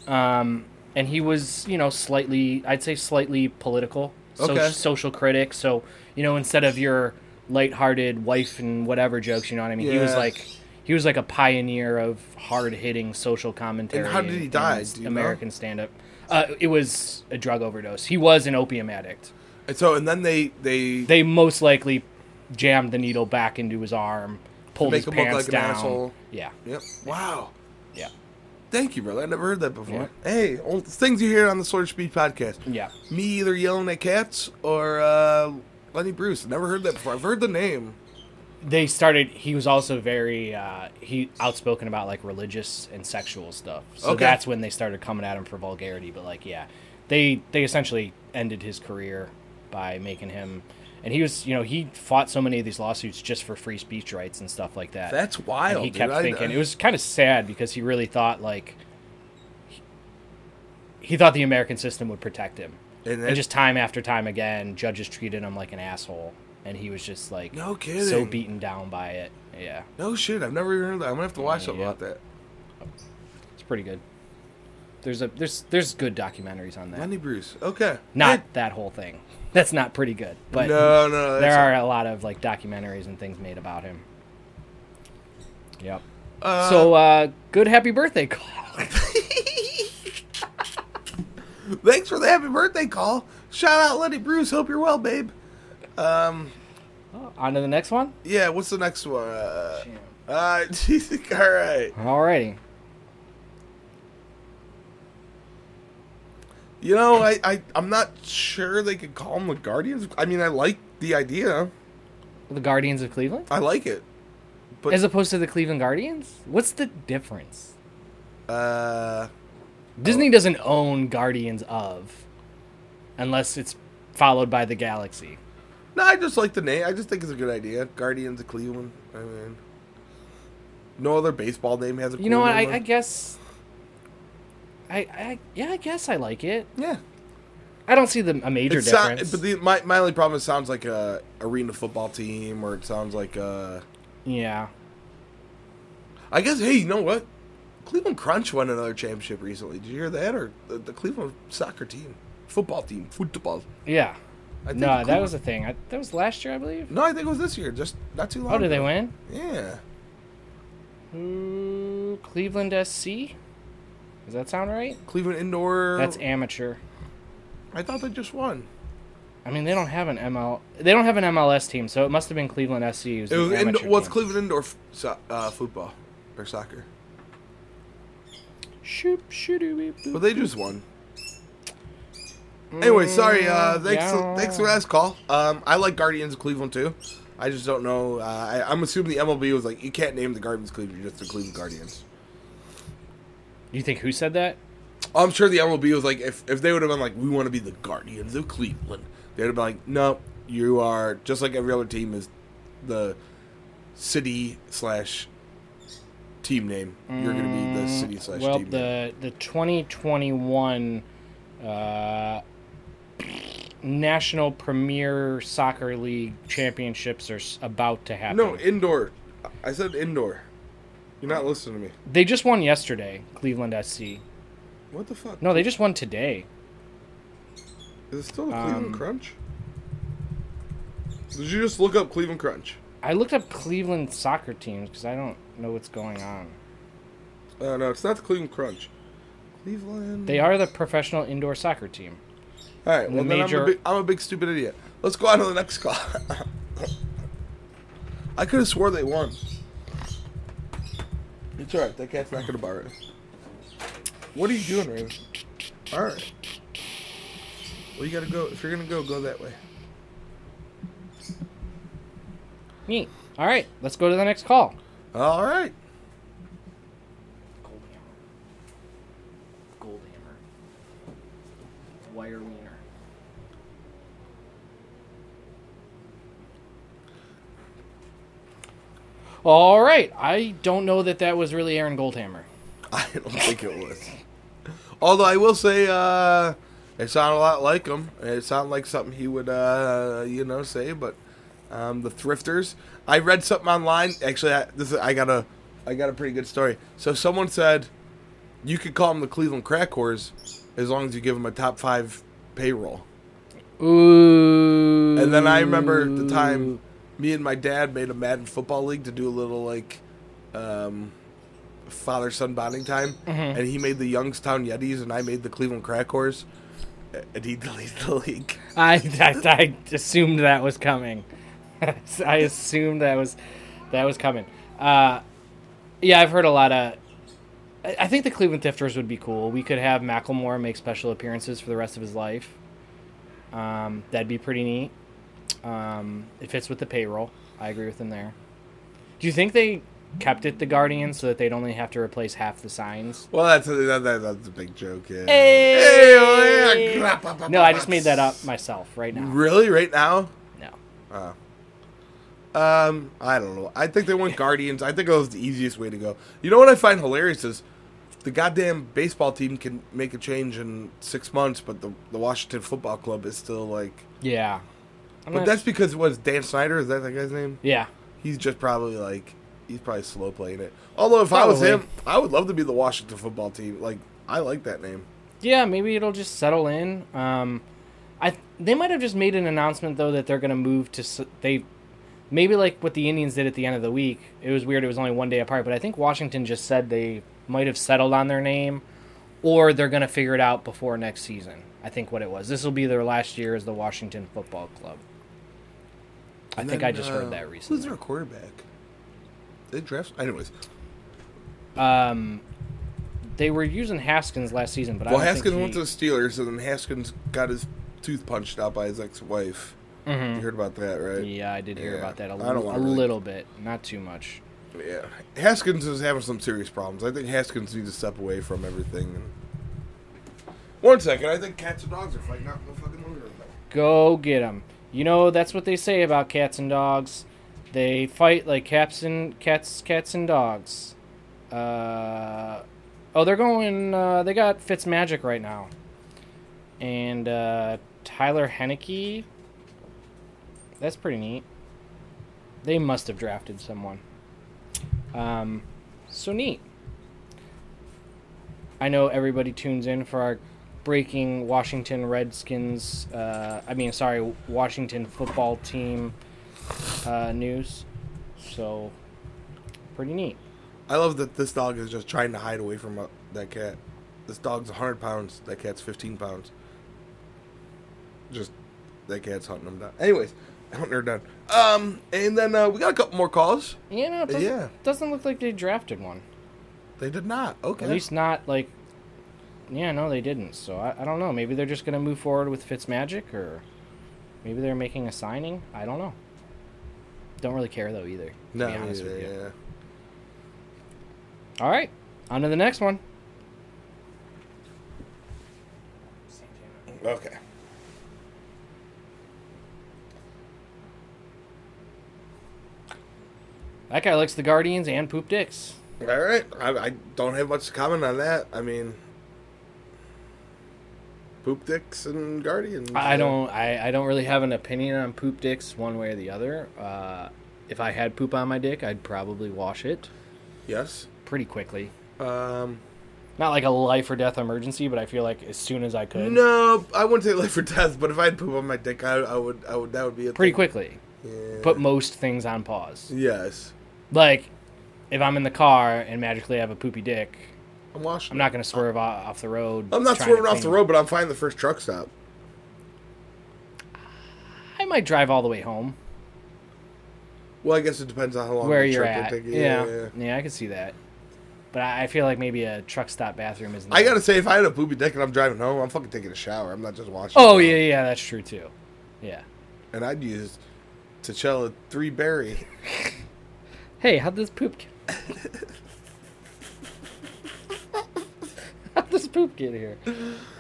[SPEAKER 2] um and he was you know slightly i'd say slightly political so
[SPEAKER 1] Okay.
[SPEAKER 2] social critic so you know instead of your lighthearted wife and whatever jokes you know what i mean he was
[SPEAKER 1] Yeah.
[SPEAKER 2] like he was like a pioneer of hard-hitting social commentary
[SPEAKER 1] did he die?
[SPEAKER 2] and
[SPEAKER 1] Do you know?
[SPEAKER 2] american stand-up uh, it was a drug overdose he was an opium addict
[SPEAKER 1] And so, and then they they,
[SPEAKER 2] they most likely jammed the needle back into his arm, pulled
[SPEAKER 1] make
[SPEAKER 2] his
[SPEAKER 1] him look
[SPEAKER 2] pants
[SPEAKER 1] like an
[SPEAKER 2] down.
[SPEAKER 1] asshole.
[SPEAKER 2] Yeah,
[SPEAKER 1] Yep. Wow.
[SPEAKER 2] yeah,
[SPEAKER 1] Thank you, brother. I never heard that before. Hey, all, things you hear on the Sword Speed podcast.
[SPEAKER 2] yeah.
[SPEAKER 1] Me either yelling at cats or uh, Lenny Bruce. Never heard that before. I've heard the name.
[SPEAKER 2] They started. He was also very uh, he outspoken about like religious and sexual stuff. So
[SPEAKER 1] Okay.
[SPEAKER 2] that's when they started coming at him for vulgarity. But like, yeah, they they essentially ended his career by making him. And he was, you know, he fought so many of these lawsuits just for free speech rights and stuff like that.
[SPEAKER 1] That's
[SPEAKER 2] And
[SPEAKER 1] wild.
[SPEAKER 2] he
[SPEAKER 1] dude.
[SPEAKER 2] kept
[SPEAKER 1] I-
[SPEAKER 2] thinking
[SPEAKER 1] I-
[SPEAKER 2] it was kind of sad because he really thought like he thought the American system would protect him.
[SPEAKER 1] And
[SPEAKER 2] And,
[SPEAKER 1] that-
[SPEAKER 2] just time after time again, judges treated him like an asshole, and he was just like
[SPEAKER 1] No
[SPEAKER 2] so
[SPEAKER 1] kidding.
[SPEAKER 2] beaten down by it. Yeah,
[SPEAKER 1] No shit, I've never even heard that. I'm gonna have to watch something
[SPEAKER 2] Yeah.
[SPEAKER 1] about that.
[SPEAKER 2] it's pretty good. There's a there's there's good documentaries on that.
[SPEAKER 1] Lenny Bruce. Okay.
[SPEAKER 2] Not
[SPEAKER 1] Yeah.
[SPEAKER 2] that whole thing. That's not pretty good, but
[SPEAKER 1] no, no.
[SPEAKER 2] there
[SPEAKER 1] that's-
[SPEAKER 2] are a lot of like documentaries and things made about him. Yep.
[SPEAKER 1] Uh, <laughs>
[SPEAKER 2] so uh, good happy birthday call.
[SPEAKER 1] Thanks for the happy birthday call. Shout out Lenny Bruce. Hope you're well, babe.
[SPEAKER 2] <laughs> On to the next one.
[SPEAKER 1] Yeah. What's the next one? Uh, uh <laughs> all right.
[SPEAKER 2] Alrighty.
[SPEAKER 1] You know, I, I I'm not sure they could call them the Guardians. I mean, I like the idea.
[SPEAKER 2] The Guardians of Cleveland?
[SPEAKER 1] I like it. But-
[SPEAKER 2] As opposed to the Cleveland Guardians? What's the difference?
[SPEAKER 1] Uh,
[SPEAKER 2] Disney doesn't own Guardians of unless it's followed by the Galaxy.
[SPEAKER 1] no, I just like the name. I just think it's a good idea. Guardians of Cleveland. I mean, no other baseball name has a.
[SPEAKER 2] You know
[SPEAKER 1] cool
[SPEAKER 2] what?
[SPEAKER 1] name
[SPEAKER 2] I, I
[SPEAKER 1] on it.
[SPEAKER 2] guess. I, I yeah, I guess I like it.
[SPEAKER 1] yeah.
[SPEAKER 2] I don't see the a major
[SPEAKER 1] It sou-
[SPEAKER 2] difference.
[SPEAKER 1] but the, my my only problem is it sounds like a arena football team, or it sounds like a.
[SPEAKER 2] yeah,
[SPEAKER 1] I guess. Hey, you know what? Cleveland Crunch won another championship recently. Did you hear that? Or the, the Cleveland soccer team, football team, football.
[SPEAKER 2] yeah.
[SPEAKER 1] I think
[SPEAKER 2] No, that
[SPEAKER 1] Cleveland-
[SPEAKER 2] was a thing. I, that was last year, I believe.
[SPEAKER 1] No, I think it was this year. Just not too long.
[SPEAKER 2] Oh, did they
[SPEAKER 1] ago.
[SPEAKER 2] win?
[SPEAKER 1] Yeah.
[SPEAKER 2] Ooh, Cleveland SC. Does that sound right?
[SPEAKER 1] Cleveland Indoor.
[SPEAKER 2] That's amateur.
[SPEAKER 1] I thought they just won.
[SPEAKER 2] I mean, they don't have an ML. They don't have an MLS team, so it must have been Cleveland SC. Who's
[SPEAKER 1] It
[SPEAKER 2] the
[SPEAKER 1] was
[SPEAKER 2] amateur
[SPEAKER 1] Indo- well, it's
[SPEAKER 2] team.
[SPEAKER 1] Cleveland Indoor f- so- uh, football or soccer.
[SPEAKER 2] Shoop, shoo-doo, beep, boop.
[SPEAKER 1] But they just won. Anyway, sorry. Uh, thanks,
[SPEAKER 2] Mm, yeah.
[SPEAKER 1] thanks for the last call. Um, I like Guardians of Cleveland too. I just don't know. Uh, I, I'm assuming the MLB was like, you can't name the Guardians of Cleveland, you're just the Cleveland Guardians.
[SPEAKER 2] You think who said that?
[SPEAKER 1] I'm sure the MLB was like, if, if they would have been like, we want to be the Guardians of Cleveland, they'd have been like, no, you are just like every other team is the city slash team name. You're going to be the city slash
[SPEAKER 2] Mm, Well,
[SPEAKER 1] team name.
[SPEAKER 2] the the 2021 uh, National Premier Soccer League championships are s- about to happen.
[SPEAKER 1] No, indoor. I said indoor. You're not listening to me.
[SPEAKER 2] they just won yesterday. Cleveland SC.
[SPEAKER 1] What the fuck?
[SPEAKER 2] No, they just won today.
[SPEAKER 1] Is it still a
[SPEAKER 2] Um,
[SPEAKER 1] Cleveland Crunch? Did you just look up Cleveland Crunch?
[SPEAKER 2] I looked up Cleveland soccer teams because I don't know what's going on.
[SPEAKER 1] Uh, no, it's not the Cleveland Crunch. Cleveland.
[SPEAKER 2] They are the professional indoor soccer team.
[SPEAKER 1] All right. Well, then
[SPEAKER 2] major-
[SPEAKER 1] I'm, a big, I'm a big stupid idiot. Let's go on to the next call. <laughs> I could have swore they won. It's all right. That cat's not gonna bar it. What are you doing, Raven? All right. Well, you gotta go. If you're gonna go, go that way.
[SPEAKER 2] Neat. All right, let's go to the next call.
[SPEAKER 1] All right. <laughs>
[SPEAKER 2] Gold hammer. Gold hammer. Wire wiener. All right. I don't know that that was really Aaron Goldhammer.
[SPEAKER 1] I don't think it was. Although I will say, uh, it sounded a lot like him. It sounded like something he would, uh, you know, say. But um, the thrifters. I read something online. Actually, I, this is, I got a, I got a pretty good story. So someone said, you could call them the Cleveland crack whores as long as you give them a top five payroll.
[SPEAKER 2] Ooh.
[SPEAKER 1] And then I remember the time me and my dad made a Madden football league to do a little like um, father son bonding time,
[SPEAKER 2] Mm-hmm.
[SPEAKER 1] and he made the Youngstown Yetis, and I made the Cleveland Crack Horse, and he <laughs> deleted the league.
[SPEAKER 2] I, I, I assumed that was coming. <laughs> I assumed that was that was coming. Uh, yeah, I've heard a lot of. I I think the Cleveland Thifters would be cool. We could have Macklemore make special appearances for the rest of his life. Um, that'd be pretty neat. Um, it fits with the payroll. I agree with him there. Do you think they kept it the Guardians so that they'd only have to replace half the signs?
[SPEAKER 1] Well, that's a, that, that, that's a big joke. Yeah.
[SPEAKER 2] Hey!
[SPEAKER 1] Hey, oh, yeah.
[SPEAKER 2] No, I just made that up myself right now.
[SPEAKER 1] Really, right now?
[SPEAKER 2] No.
[SPEAKER 1] Um, I don't know. I think they went Guardians. I think that was the easiest way to go. You know what I find hilarious is the goddamn baseball team can make a change in six months, but the the Washington Football Club is still like.
[SPEAKER 2] Yeah. I'm
[SPEAKER 1] But
[SPEAKER 2] not-
[SPEAKER 1] that's because it was Dan Snyder. Is that that guy's name?
[SPEAKER 2] yeah.
[SPEAKER 1] He's just probably like he's probably slow playing it. Although if I was
[SPEAKER 2] Probably.
[SPEAKER 1] him, I would love to be the Washington Football Team. Like I like that name.
[SPEAKER 2] Yeah, maybe it'll just settle in. Um, I they might have just made an announcement though that they're gonna move to s- they, maybe like what the Indians did at the end of the week. It was weird. It was only one day apart, but I think Washington just said they might have settled on their name, or they're gonna figure it out before next season. I think what it was. This will be their last year as the Washington Football Club. I
[SPEAKER 1] And
[SPEAKER 2] think
[SPEAKER 1] then,
[SPEAKER 2] I just
[SPEAKER 1] uh,
[SPEAKER 2] heard that recently.
[SPEAKER 1] Who's their quarterback? They draft. Anyways,
[SPEAKER 2] Um, they were using Haskins last season, but
[SPEAKER 1] well,
[SPEAKER 2] I don't
[SPEAKER 1] Haskins
[SPEAKER 2] think
[SPEAKER 1] went to
[SPEAKER 2] he-
[SPEAKER 1] the Steelers, and then Haskins got his tooth punched out by his ex-wife. You heard about that, right?
[SPEAKER 2] Mm-hmm. Yeah, I did hear
[SPEAKER 1] Yeah,
[SPEAKER 2] about that a
[SPEAKER 1] I don't
[SPEAKER 2] little,
[SPEAKER 1] wanna
[SPEAKER 2] a
[SPEAKER 1] really-
[SPEAKER 2] little bit, not too much.
[SPEAKER 1] Yeah. Haskins is having some serious problems. I think Haskins needs to step away from everything. And... One second. I think cats and dogs are fighting out in the fucking living room.
[SPEAKER 2] Go get them. You know that's what they say about cats and dogs. They fight like cats and cats, cats and dogs. Uh, oh, they're going. Uh, they got Fitz Magic right now, and uh, Tyler Henneke. That's pretty neat. They must have drafted someone. Um, so neat. I know everybody tunes in for our breaking Washington Redskins. Uh, I mean, sorry, Washington football team uh, news. So pretty neat.
[SPEAKER 1] I love that this dog is just trying to hide away from uh, that cat. This dog's 100 pounds. That cat's 15 pounds. Just that cat's hunting them down. Anyways, hunting her down. Um, and then uh, we got a couple more calls.
[SPEAKER 2] You know, it doesn't,
[SPEAKER 1] Yeah.
[SPEAKER 2] doesn't look like they drafted one.
[SPEAKER 1] They did not. Okay.
[SPEAKER 2] At least not like. Yeah, no, they didn't. So I, I don't know. Maybe they're just gonna move forward with Fitzmagic, or maybe they're making a signing. I don't know. Don't really care though either. to
[SPEAKER 1] no.
[SPEAKER 2] be honest
[SPEAKER 1] yeah,
[SPEAKER 2] with you.
[SPEAKER 1] yeah.
[SPEAKER 2] All right, on to the next one.
[SPEAKER 1] Okay.
[SPEAKER 2] That guy likes the Guardians and poop dicks.
[SPEAKER 1] All right. I, I don't have much to comment on that. I mean, poop dicks and guardians. uh,
[SPEAKER 2] I don't. I, I don't really have an opinion on poop dicks one way or the other. Uh, if I had poop on my dick, I'd probably wash it
[SPEAKER 1] Yes.
[SPEAKER 2] pretty quickly.
[SPEAKER 1] Um.
[SPEAKER 2] Not like a life or death emergency, but I feel like as soon as I could,
[SPEAKER 1] No, I wouldn't say <laughs> life or death, but if I had poop on my dick, I, I would. I would. That would be a
[SPEAKER 2] pretty
[SPEAKER 1] thing.
[SPEAKER 2] quickly.
[SPEAKER 1] Yeah.
[SPEAKER 2] Put most things on pause.
[SPEAKER 1] Yes.
[SPEAKER 2] Like if I'm in the car and magically have a poopy dick,
[SPEAKER 1] I'm washing.
[SPEAKER 2] I'm not gonna swerve o- off the road.
[SPEAKER 1] I'm not
[SPEAKER 2] trying to
[SPEAKER 1] swerving off the
[SPEAKER 2] clean-
[SPEAKER 1] road, but I'm finding the first truck stop.
[SPEAKER 2] I might drive all the way home
[SPEAKER 1] Well, I guess it depends on how long
[SPEAKER 2] where
[SPEAKER 1] the
[SPEAKER 2] you're
[SPEAKER 1] trip
[SPEAKER 2] at.
[SPEAKER 1] would take.
[SPEAKER 2] yeah, yeah, I can see that. But I I feel like maybe a truck stop bathroom isn't.
[SPEAKER 1] I gotta say, if I had a poopy dick and I'm driving home, I'm fucking taking a shower. I'm not just washing.
[SPEAKER 2] <laughs> Oh
[SPEAKER 1] it.
[SPEAKER 2] yeah, yeah, that's true too. Yeah.
[SPEAKER 1] And I'd use T'Challa three berry.
[SPEAKER 2] Hey, how'd this poop get? <laughs> how'd this poop get here?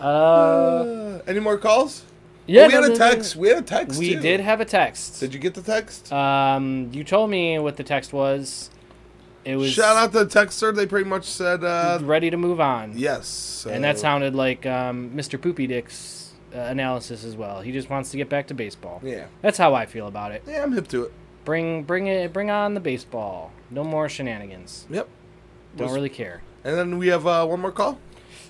[SPEAKER 2] Uh,
[SPEAKER 1] Uh, any more calls?
[SPEAKER 2] yeah,
[SPEAKER 1] we
[SPEAKER 2] no,
[SPEAKER 1] had
[SPEAKER 2] no,
[SPEAKER 1] a
[SPEAKER 2] no.
[SPEAKER 1] text. We had a text.
[SPEAKER 2] We
[SPEAKER 1] too.
[SPEAKER 2] did have a text.
[SPEAKER 1] Did you get the text?
[SPEAKER 2] Um, you told me what the text was. It was
[SPEAKER 1] Shout out to the texter. They pretty much said uh,
[SPEAKER 2] ready to move on.
[SPEAKER 1] yes. so-
[SPEAKER 2] and that sounded like um, Mr. Poopy Dick's uh, analysis as well. He just wants to get back to baseball.
[SPEAKER 1] Yeah.
[SPEAKER 2] That's how I feel about it.
[SPEAKER 1] Yeah, I'm hip to it.
[SPEAKER 2] Bring, bring it, bring on the baseball. No more shenanigans.
[SPEAKER 1] Yep.
[SPEAKER 2] Don't
[SPEAKER 1] Was-
[SPEAKER 2] really care.
[SPEAKER 1] And then we have uh, one more call.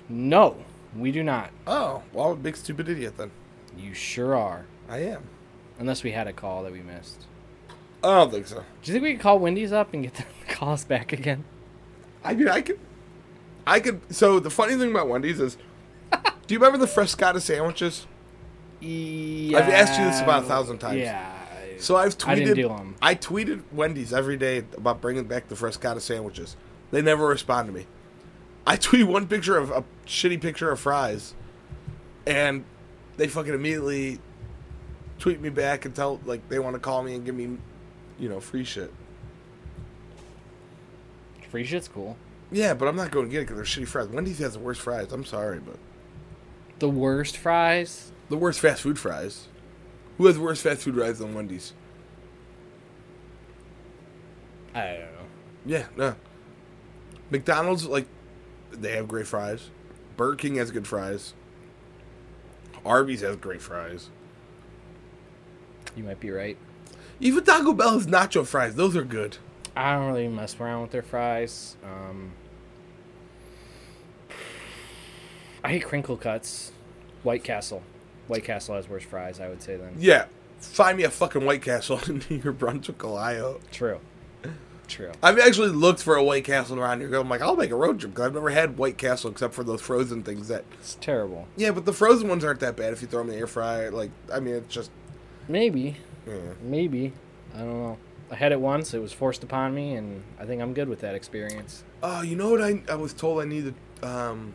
[SPEAKER 2] No, we do not.
[SPEAKER 1] Oh, well, I'm a big stupid idiot then.
[SPEAKER 2] You sure are.
[SPEAKER 1] I am.
[SPEAKER 2] Unless we had a call that we missed.
[SPEAKER 1] I don't think so.
[SPEAKER 2] Do you think we could call Wendy's up and get <laughs> them to call us back again?
[SPEAKER 1] I mean, I could, I could. So the funny thing about Wendy's is, <laughs> do you remember the Frescata sandwiches?
[SPEAKER 2] Yeah.
[SPEAKER 1] I've asked you this about a thousand times.
[SPEAKER 2] Yeah.
[SPEAKER 1] So I've tweeted.
[SPEAKER 2] I didn't do 'em.
[SPEAKER 1] I tweeted Wendy's every day about bringing back the Frescata sandwiches. They never respond to me. I tweet one picture of a shitty picture of fries, and they fucking immediately tweet me back and tell like they want to call me and give me, you know, free shit.
[SPEAKER 2] Free shit's cool.
[SPEAKER 1] Yeah, but I'm not going to get it because they're shitty fries. Wendy's has the worst fries. I'm sorry, but
[SPEAKER 2] The worst fries?
[SPEAKER 1] the worst fast food fries. Who has worse fast food fries than Wendy's?
[SPEAKER 2] I don't know.
[SPEAKER 1] Yeah, no. McDonald's like they have great fries. Burger King has good fries. Arby's has great fries.
[SPEAKER 2] You might be right.
[SPEAKER 1] Even Taco Bell has nacho fries. Those are good.
[SPEAKER 2] I don't really mess around with their fries. Um, I hate crinkle cuts. White Castle. White Castle has worse fries, I would say, then.
[SPEAKER 1] Yeah. Find me a fucking White Castle <laughs> in New Brunswick, Ohio.
[SPEAKER 2] True. True.
[SPEAKER 1] I've actually looked for a White Castle around here. I'm like, I'll make a road trip because I've never had White Castle except for those frozen things that.
[SPEAKER 2] It's terrible.
[SPEAKER 1] Yeah, but the frozen ones aren't that bad if you throw them in the air fryer. Like, I mean, it's just.
[SPEAKER 2] Maybe.
[SPEAKER 1] Yeah.
[SPEAKER 2] Maybe. I don't know. I had it once. It was forced upon me, and I think I'm good with that experience.
[SPEAKER 1] Oh, you know what? I I was told I needed. Um,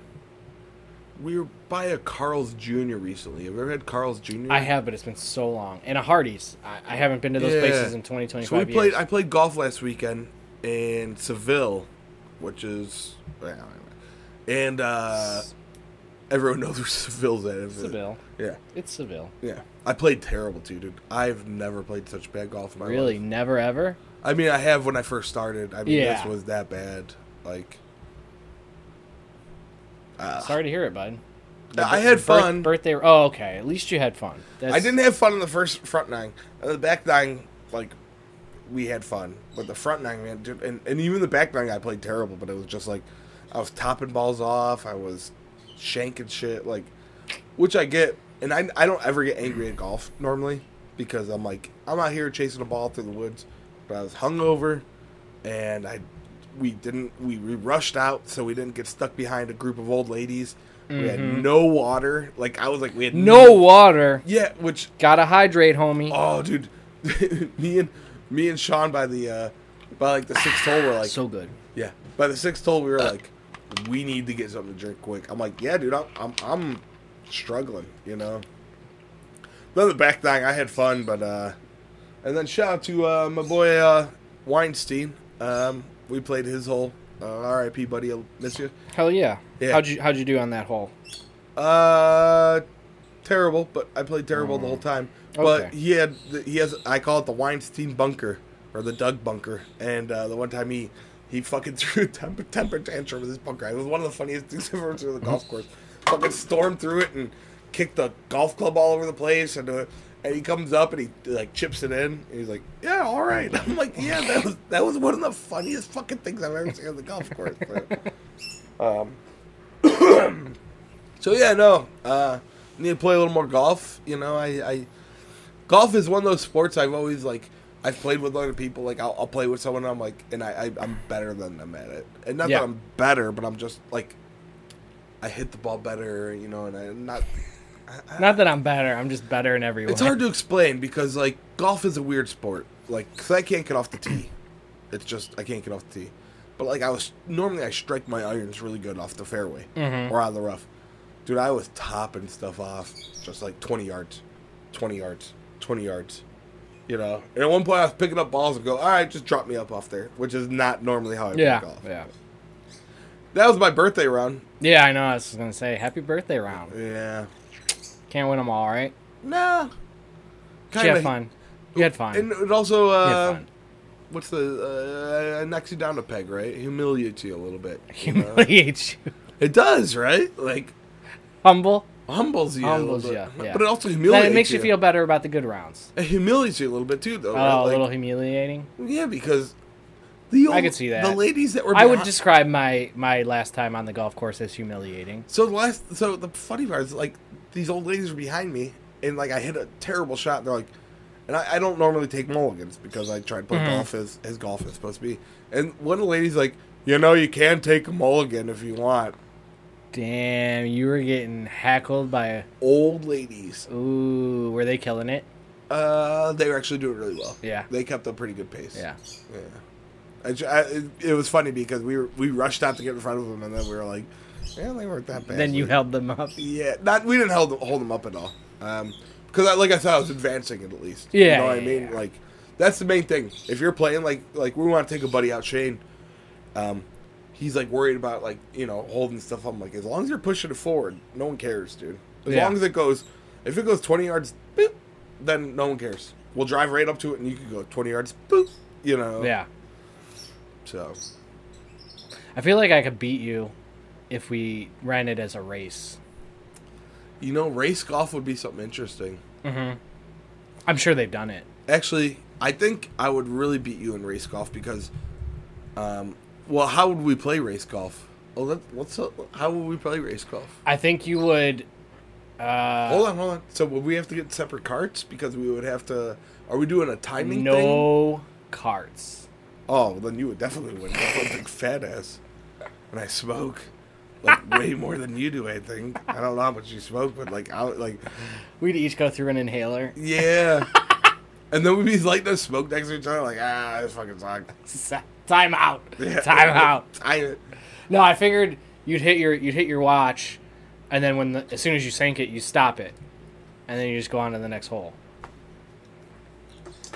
[SPEAKER 1] we were by a Carl's Jr. recently. Have you ever had Carl's Jr.?
[SPEAKER 2] I have, but it's been so long. And a Hardee's. I, I haven't been to those
[SPEAKER 1] Yeah.
[SPEAKER 2] places in 20, 25
[SPEAKER 1] So we
[SPEAKER 2] years.
[SPEAKER 1] played. I played golf last weekend in Seville, which is, and uh, everyone knows where <laughs> Seville's at. If it-
[SPEAKER 2] Seville.
[SPEAKER 1] Yeah,
[SPEAKER 2] It's Seville.
[SPEAKER 1] yeah. I played terrible too, dude. I've never played such bad golf in my
[SPEAKER 2] Really?
[SPEAKER 1] life.
[SPEAKER 2] Never ever?
[SPEAKER 1] I mean, I have when I first started. I mean,
[SPEAKER 2] Yeah.
[SPEAKER 1] this was that bad. Like, uh,
[SPEAKER 2] Sorry to hear it, bud.
[SPEAKER 1] I had
[SPEAKER 2] Birth-
[SPEAKER 1] fun.
[SPEAKER 2] birthday. Oh, okay. At least you had fun. That's,
[SPEAKER 1] I didn't have fun in the first front nine. Uh, the back nine, like, we had fun, but the front nine, man, dude, and, and even the back nine, I played terrible. But it was just like, I was topping balls off, I was shanking shit, like, which I get, and I I don't ever get angry at golf normally because I'm like I'm out here chasing a ball through the woods, but I was hungover, and I we didn't we, we rushed out so we didn't get stuck behind a group of old ladies. We had no water. Like I was like we had
[SPEAKER 2] Mm-hmm. No water.
[SPEAKER 1] Yeah, which
[SPEAKER 2] Gotta hydrate, homie.
[SPEAKER 1] Oh, dude, <laughs> me and me and Sean by the uh, by like the sixth hole were like,
[SPEAKER 2] so good.
[SPEAKER 1] yeah, by the sixth hole we were like, we need to get something to drink quick. I'm like, yeah, dude, I'm I'm, I'm struggling, you know. Then the back thing, I had fun, but uh, and then shout out to uh, my boy uh, Weinstein. Um, we played his hole. Uh, R.I.P. buddy, I'll miss you.
[SPEAKER 2] Hell yeah.
[SPEAKER 1] Yeah.
[SPEAKER 2] How'd you How'd you do on that hole?
[SPEAKER 1] Uh, terrible, but I played terrible the whole time. But
[SPEAKER 2] Okay.
[SPEAKER 1] he had the, he has I call it the Weinstein bunker or the Doug bunker. And uh, the one time he he fucking <laughs> threw a temper, temper tantrum with his bunker. It was one of the funniest things I've ever seen on the golf course. Fucking stormed through it and kicked the golf club all over the place and. Uh, and he comes up and he like chips it in. And he's like, "Yeah, all right." <laughs> I'm like, "Yeah, that was that was one of the funniest fucking things I've ever seen on the golf course." But- So yeah, no. Uh, need to play a little more golf. You know, I, I golf is one of those sports I've always like. I've played with other people. Like I'll, I'll play with someone. I'm like, and I, I I'm better than them at it. And not
[SPEAKER 2] Yeah.
[SPEAKER 1] that I'm better, but I'm just like, I hit the ball better. You know, and I'm not.
[SPEAKER 2] Not that I'm better. I'm just better in every way.
[SPEAKER 1] It's hard to explain because like golf is a weird sport. Like, 'cause I can't get off the tee. It's just I can't get off the tee. But like I was normally I strike my irons really good off the fairway
[SPEAKER 2] Mm-hmm.
[SPEAKER 1] or out of the rough. Dude, I was topping stuff off just like 20 yards, 20 yards, 20 yards. You know, and at one point I was picking up balls and go, all right, just drop me up off there, which is not normally how I
[SPEAKER 2] Yeah.
[SPEAKER 1] play golf.
[SPEAKER 2] Yeah.
[SPEAKER 1] That was my birthday round.
[SPEAKER 2] Yeah. I know. I was just gonna say happy birthday round.
[SPEAKER 1] Yeah.
[SPEAKER 2] Can't win them all, right?
[SPEAKER 1] Nah.
[SPEAKER 2] But you had fun. You had fun.
[SPEAKER 1] And it also, uh,
[SPEAKER 2] you had fun.
[SPEAKER 1] what's the uh, it knocks you down a peg, right? Humiliates you a little bit. you know?
[SPEAKER 2] Humiliate <laughs> you.
[SPEAKER 1] it does, right? Like
[SPEAKER 2] Humble.
[SPEAKER 1] humbles you,
[SPEAKER 2] Humbles
[SPEAKER 1] a little bit.
[SPEAKER 2] you, yeah.
[SPEAKER 1] but it also humiliates.
[SPEAKER 2] Then it makes you
[SPEAKER 1] you
[SPEAKER 2] feel better about the good rounds.
[SPEAKER 1] It humiliates you a little bit too, though.
[SPEAKER 2] Oh,
[SPEAKER 1] right?
[SPEAKER 2] a
[SPEAKER 1] Like,
[SPEAKER 2] little humiliating.
[SPEAKER 1] Yeah, because the
[SPEAKER 2] I
[SPEAKER 1] ol-
[SPEAKER 2] could see that.
[SPEAKER 1] the ladies that were.
[SPEAKER 2] I would
[SPEAKER 1] behi-
[SPEAKER 2] describe my my last time on the golf course as humiliating.
[SPEAKER 1] So the last, so the funny part is like these old ladies were behind me, and like I hit a terrible shot. And they're like, and I, I don't normally take mulligans because I try to
[SPEAKER 2] Mm-hmm.
[SPEAKER 1] play golf as as golf is supposed to be. And one of the ladies like, you know, you can take a mulligan if you want.
[SPEAKER 2] Damn, you were getting hackled by
[SPEAKER 1] Old ladies,
[SPEAKER 2] ooh, were they killing it?
[SPEAKER 1] uh, they were actually doing really well.
[SPEAKER 2] Yeah.
[SPEAKER 1] they kept a pretty good pace.
[SPEAKER 2] Yeah.
[SPEAKER 1] yeah. I, ju- I, it, it was funny because we were we rushed out to get in front of them, and then we were like, yeah, they weren't that bad.
[SPEAKER 2] Then you
[SPEAKER 1] Like,
[SPEAKER 2] held them up.
[SPEAKER 1] Yeah, not we didn't hold them, hold them up at all. Um, because I, like I said, I was advancing it at least. you
[SPEAKER 2] Yeah,
[SPEAKER 1] know what I
[SPEAKER 2] yeah,
[SPEAKER 1] mean.
[SPEAKER 2] yeah.
[SPEAKER 1] Like that's the main thing. If you're playing like like we want to take a buddy out, Shane. Um, he's like worried about like you know holding stuff. up. I'm like, as long as you're pushing it forward, no one cares, dude. As
[SPEAKER 2] Yeah.
[SPEAKER 1] long as it goes, if it goes 20 yards, boop, then no one cares. We'll drive right up to it, and you can go 20 yards, boop. You know.
[SPEAKER 2] Yeah.
[SPEAKER 1] So
[SPEAKER 2] I feel like I could beat you if we ran it as a race.
[SPEAKER 1] You know, race golf would be something interesting.
[SPEAKER 2] I'm sure they've done it.
[SPEAKER 1] Actually, I think I would really beat you in race golf because, um, well, how would we play race golf? Oh, let, what's up? How would we play race golf?
[SPEAKER 2] I think you would. Uh,
[SPEAKER 1] hold on, hold on. So would we have to get separate carts because we would have to? Are we doing a timing thing?
[SPEAKER 2] no carts.
[SPEAKER 1] Oh, well, then you would definitely win. I'm a big fat ass, and I smoke
[SPEAKER 2] <laughs>
[SPEAKER 1] like way more than you do. I think I don't know how much you smoke, but like I like
[SPEAKER 2] We'd each go through an inhaler. <laughs>
[SPEAKER 1] yeah. And then we'd be lighting up smoke next to each other, like ah, this fucking sucks.
[SPEAKER 2] Time out.
[SPEAKER 1] Yeah.
[SPEAKER 2] Time out.
[SPEAKER 1] <laughs> I,
[SPEAKER 2] No, I figured you'd hit your you'd hit your watch, and then when the, as soon as you sank it, you stop it, and then you just go on to the next hole.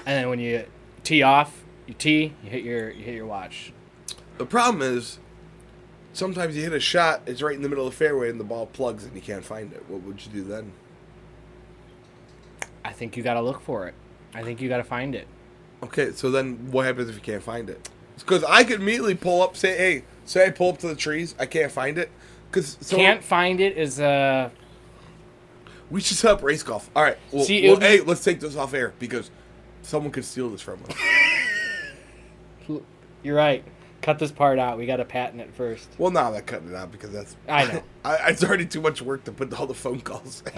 [SPEAKER 2] And then when you tee off, you tee, you hit your you hit your watch.
[SPEAKER 1] the problem is, sometimes you hit a shot, it's right in the middle of the fairway, and the ball plugs, and you can't find it. What would you do then?
[SPEAKER 2] I think you got to look for it. I think you got to find it.
[SPEAKER 1] Okay, so then what happens if you can't find it? Because I could immediately pull up, say, hey, say I pull up to the trees, I can't find it. Because so
[SPEAKER 2] Can't find it is uh
[SPEAKER 1] we should set up race golf. All right, well,
[SPEAKER 2] See, it
[SPEAKER 1] well,
[SPEAKER 2] would be-
[SPEAKER 1] hey, let's take this off air because someone could steal this from
[SPEAKER 2] <laughs>
[SPEAKER 1] us.
[SPEAKER 2] You're right. Cut this part out. We got to patent it first.
[SPEAKER 1] well, no, I'm not cutting it out because that's
[SPEAKER 2] I know.
[SPEAKER 1] <laughs> I, it's already too much work to put all the phone calls. <laughs>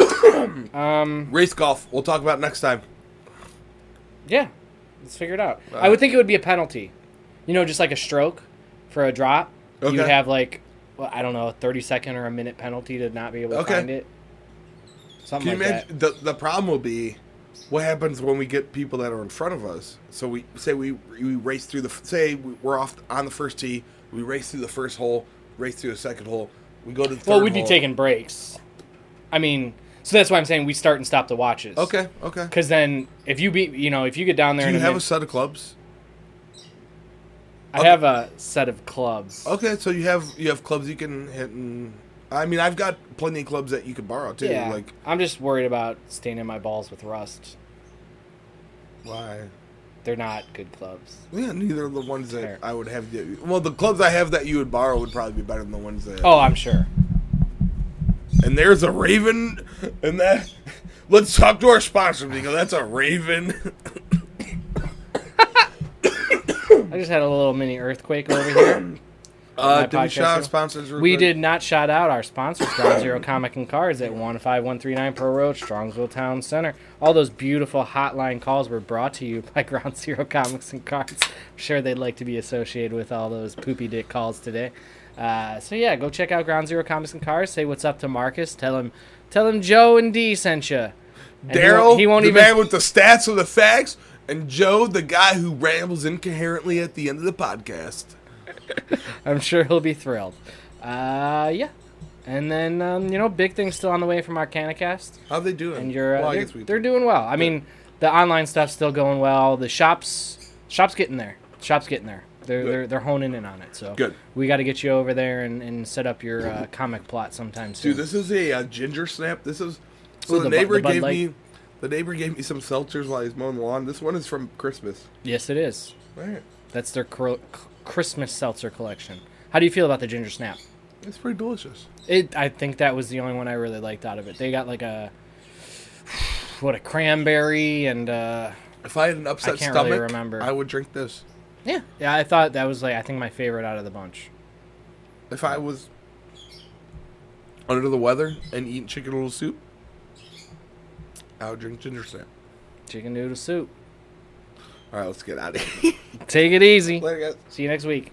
[SPEAKER 2] Um.
[SPEAKER 1] race golf, we'll talk about it next time.
[SPEAKER 2] Yeah, let's figure it out.
[SPEAKER 1] Uh,
[SPEAKER 2] I would think it would be a penalty. You know, just like a stroke for a drop. You would
[SPEAKER 1] Okay.
[SPEAKER 2] have like, well, I don't know, a thirty second or a minute penalty to not be able to
[SPEAKER 1] Okay.
[SPEAKER 2] find it. Something
[SPEAKER 1] Can you
[SPEAKER 2] like
[SPEAKER 1] imagine the the problem will be what happens when we get people that are in front of us? So we say we we race through the f- say we- we're off on the first tee, we race through the first hole, race through the second hole, we go to the
[SPEAKER 2] that. Well,
[SPEAKER 1] third
[SPEAKER 2] we'd be
[SPEAKER 1] hole.
[SPEAKER 2] taking breaks. I mean, so that's why I'm saying we start and stop the watches.
[SPEAKER 1] okay, okay.
[SPEAKER 2] Because then, if you be, you know, if you get down there
[SPEAKER 1] Do
[SPEAKER 2] and
[SPEAKER 1] you have a set of clubs?
[SPEAKER 2] I have a set of clubs.
[SPEAKER 1] Okay, so you have you have clubs you can hit, and I mean I've got plenty of clubs that you can borrow too.
[SPEAKER 2] yeah.
[SPEAKER 1] Like
[SPEAKER 2] I'm just worried about staining my balls with rust.
[SPEAKER 1] why?
[SPEAKER 2] They're not good clubs.
[SPEAKER 1] Yeah, neither of the ones that
[SPEAKER 2] Fair.
[SPEAKER 1] I would have. Well, the clubs I have that you would borrow would probably be better than the ones that.
[SPEAKER 2] Oh, I'm sure.
[SPEAKER 1] and there's a raven and that let's talk to our sponsor because that's a
[SPEAKER 2] <laughs>
[SPEAKER 1] raven
[SPEAKER 2] I just had a little mini earthquake over here.
[SPEAKER 1] uh
[SPEAKER 2] My
[SPEAKER 1] did we shout out
[SPEAKER 2] podcast,
[SPEAKER 1] sponsors real
[SPEAKER 2] We
[SPEAKER 1] quick?
[SPEAKER 2] did not shout out our sponsors, Ground Zero Comic and Cards at 15139 Pro Road, Strongsville Town Center. All those beautiful hotline calls were brought to you by <laughs> Ground Zero Comics and Cards. I'm sure they'd like to be associated with all those poopy dick calls today. Uh, so yeah, go check out Ground Zero Comics and Cards. Say what's up to Marcus. Tell him, tell him Joe and D sent you.
[SPEAKER 1] daryl
[SPEAKER 2] He won't
[SPEAKER 1] the
[SPEAKER 2] even.
[SPEAKER 1] man with the stats or the facts and joe the guy who rambles incoherently at the end of the podcast
[SPEAKER 2] I'm sure he'll be thrilled. Uh, yeah. And then um, you know, big things still on the way from Arcanicast.
[SPEAKER 1] how they doing
[SPEAKER 2] and you're uh,
[SPEAKER 1] well, I
[SPEAKER 2] they're,
[SPEAKER 1] guess we-
[SPEAKER 2] they're doing well. I mean, the online stuff's still going well. The shops shops getting there. Shops getting there. They're
[SPEAKER 1] Good.
[SPEAKER 2] they're, they're honing in on it. So
[SPEAKER 1] Good.
[SPEAKER 2] We got to get you over there and, and set up your uh, comic plot sometime soon.
[SPEAKER 1] dude this is a, uh ginger snap this is so
[SPEAKER 2] Ooh,
[SPEAKER 1] the,
[SPEAKER 2] the Bu-
[SPEAKER 1] neighbor
[SPEAKER 2] the Bud
[SPEAKER 1] gave
[SPEAKER 2] Light.
[SPEAKER 1] me the neighbor gave me some seltzers while he's mowing the lawn this one is from christmas
[SPEAKER 2] yes, it is.
[SPEAKER 1] all right
[SPEAKER 2] That's their cro- c- Christmas seltzer collection. How do you feel about the ginger snap?
[SPEAKER 1] it's pretty delicious
[SPEAKER 2] It I think that was the only one I really liked out of it. They got like a <sighs> what a cranberry and uh,
[SPEAKER 1] if i had an upset
[SPEAKER 2] can't really
[SPEAKER 1] stomach
[SPEAKER 2] remember.
[SPEAKER 1] i would drink this
[SPEAKER 2] yeah yeah. I thought that was like I think my favorite out of the bunch.
[SPEAKER 1] if I was under the weather and eating chicken noodle soup, I would drink ginger snap.
[SPEAKER 2] Chicken noodle soup.
[SPEAKER 1] All right, let's get out of here.
[SPEAKER 2] Take it easy.
[SPEAKER 1] Later, guys.
[SPEAKER 2] See you next week.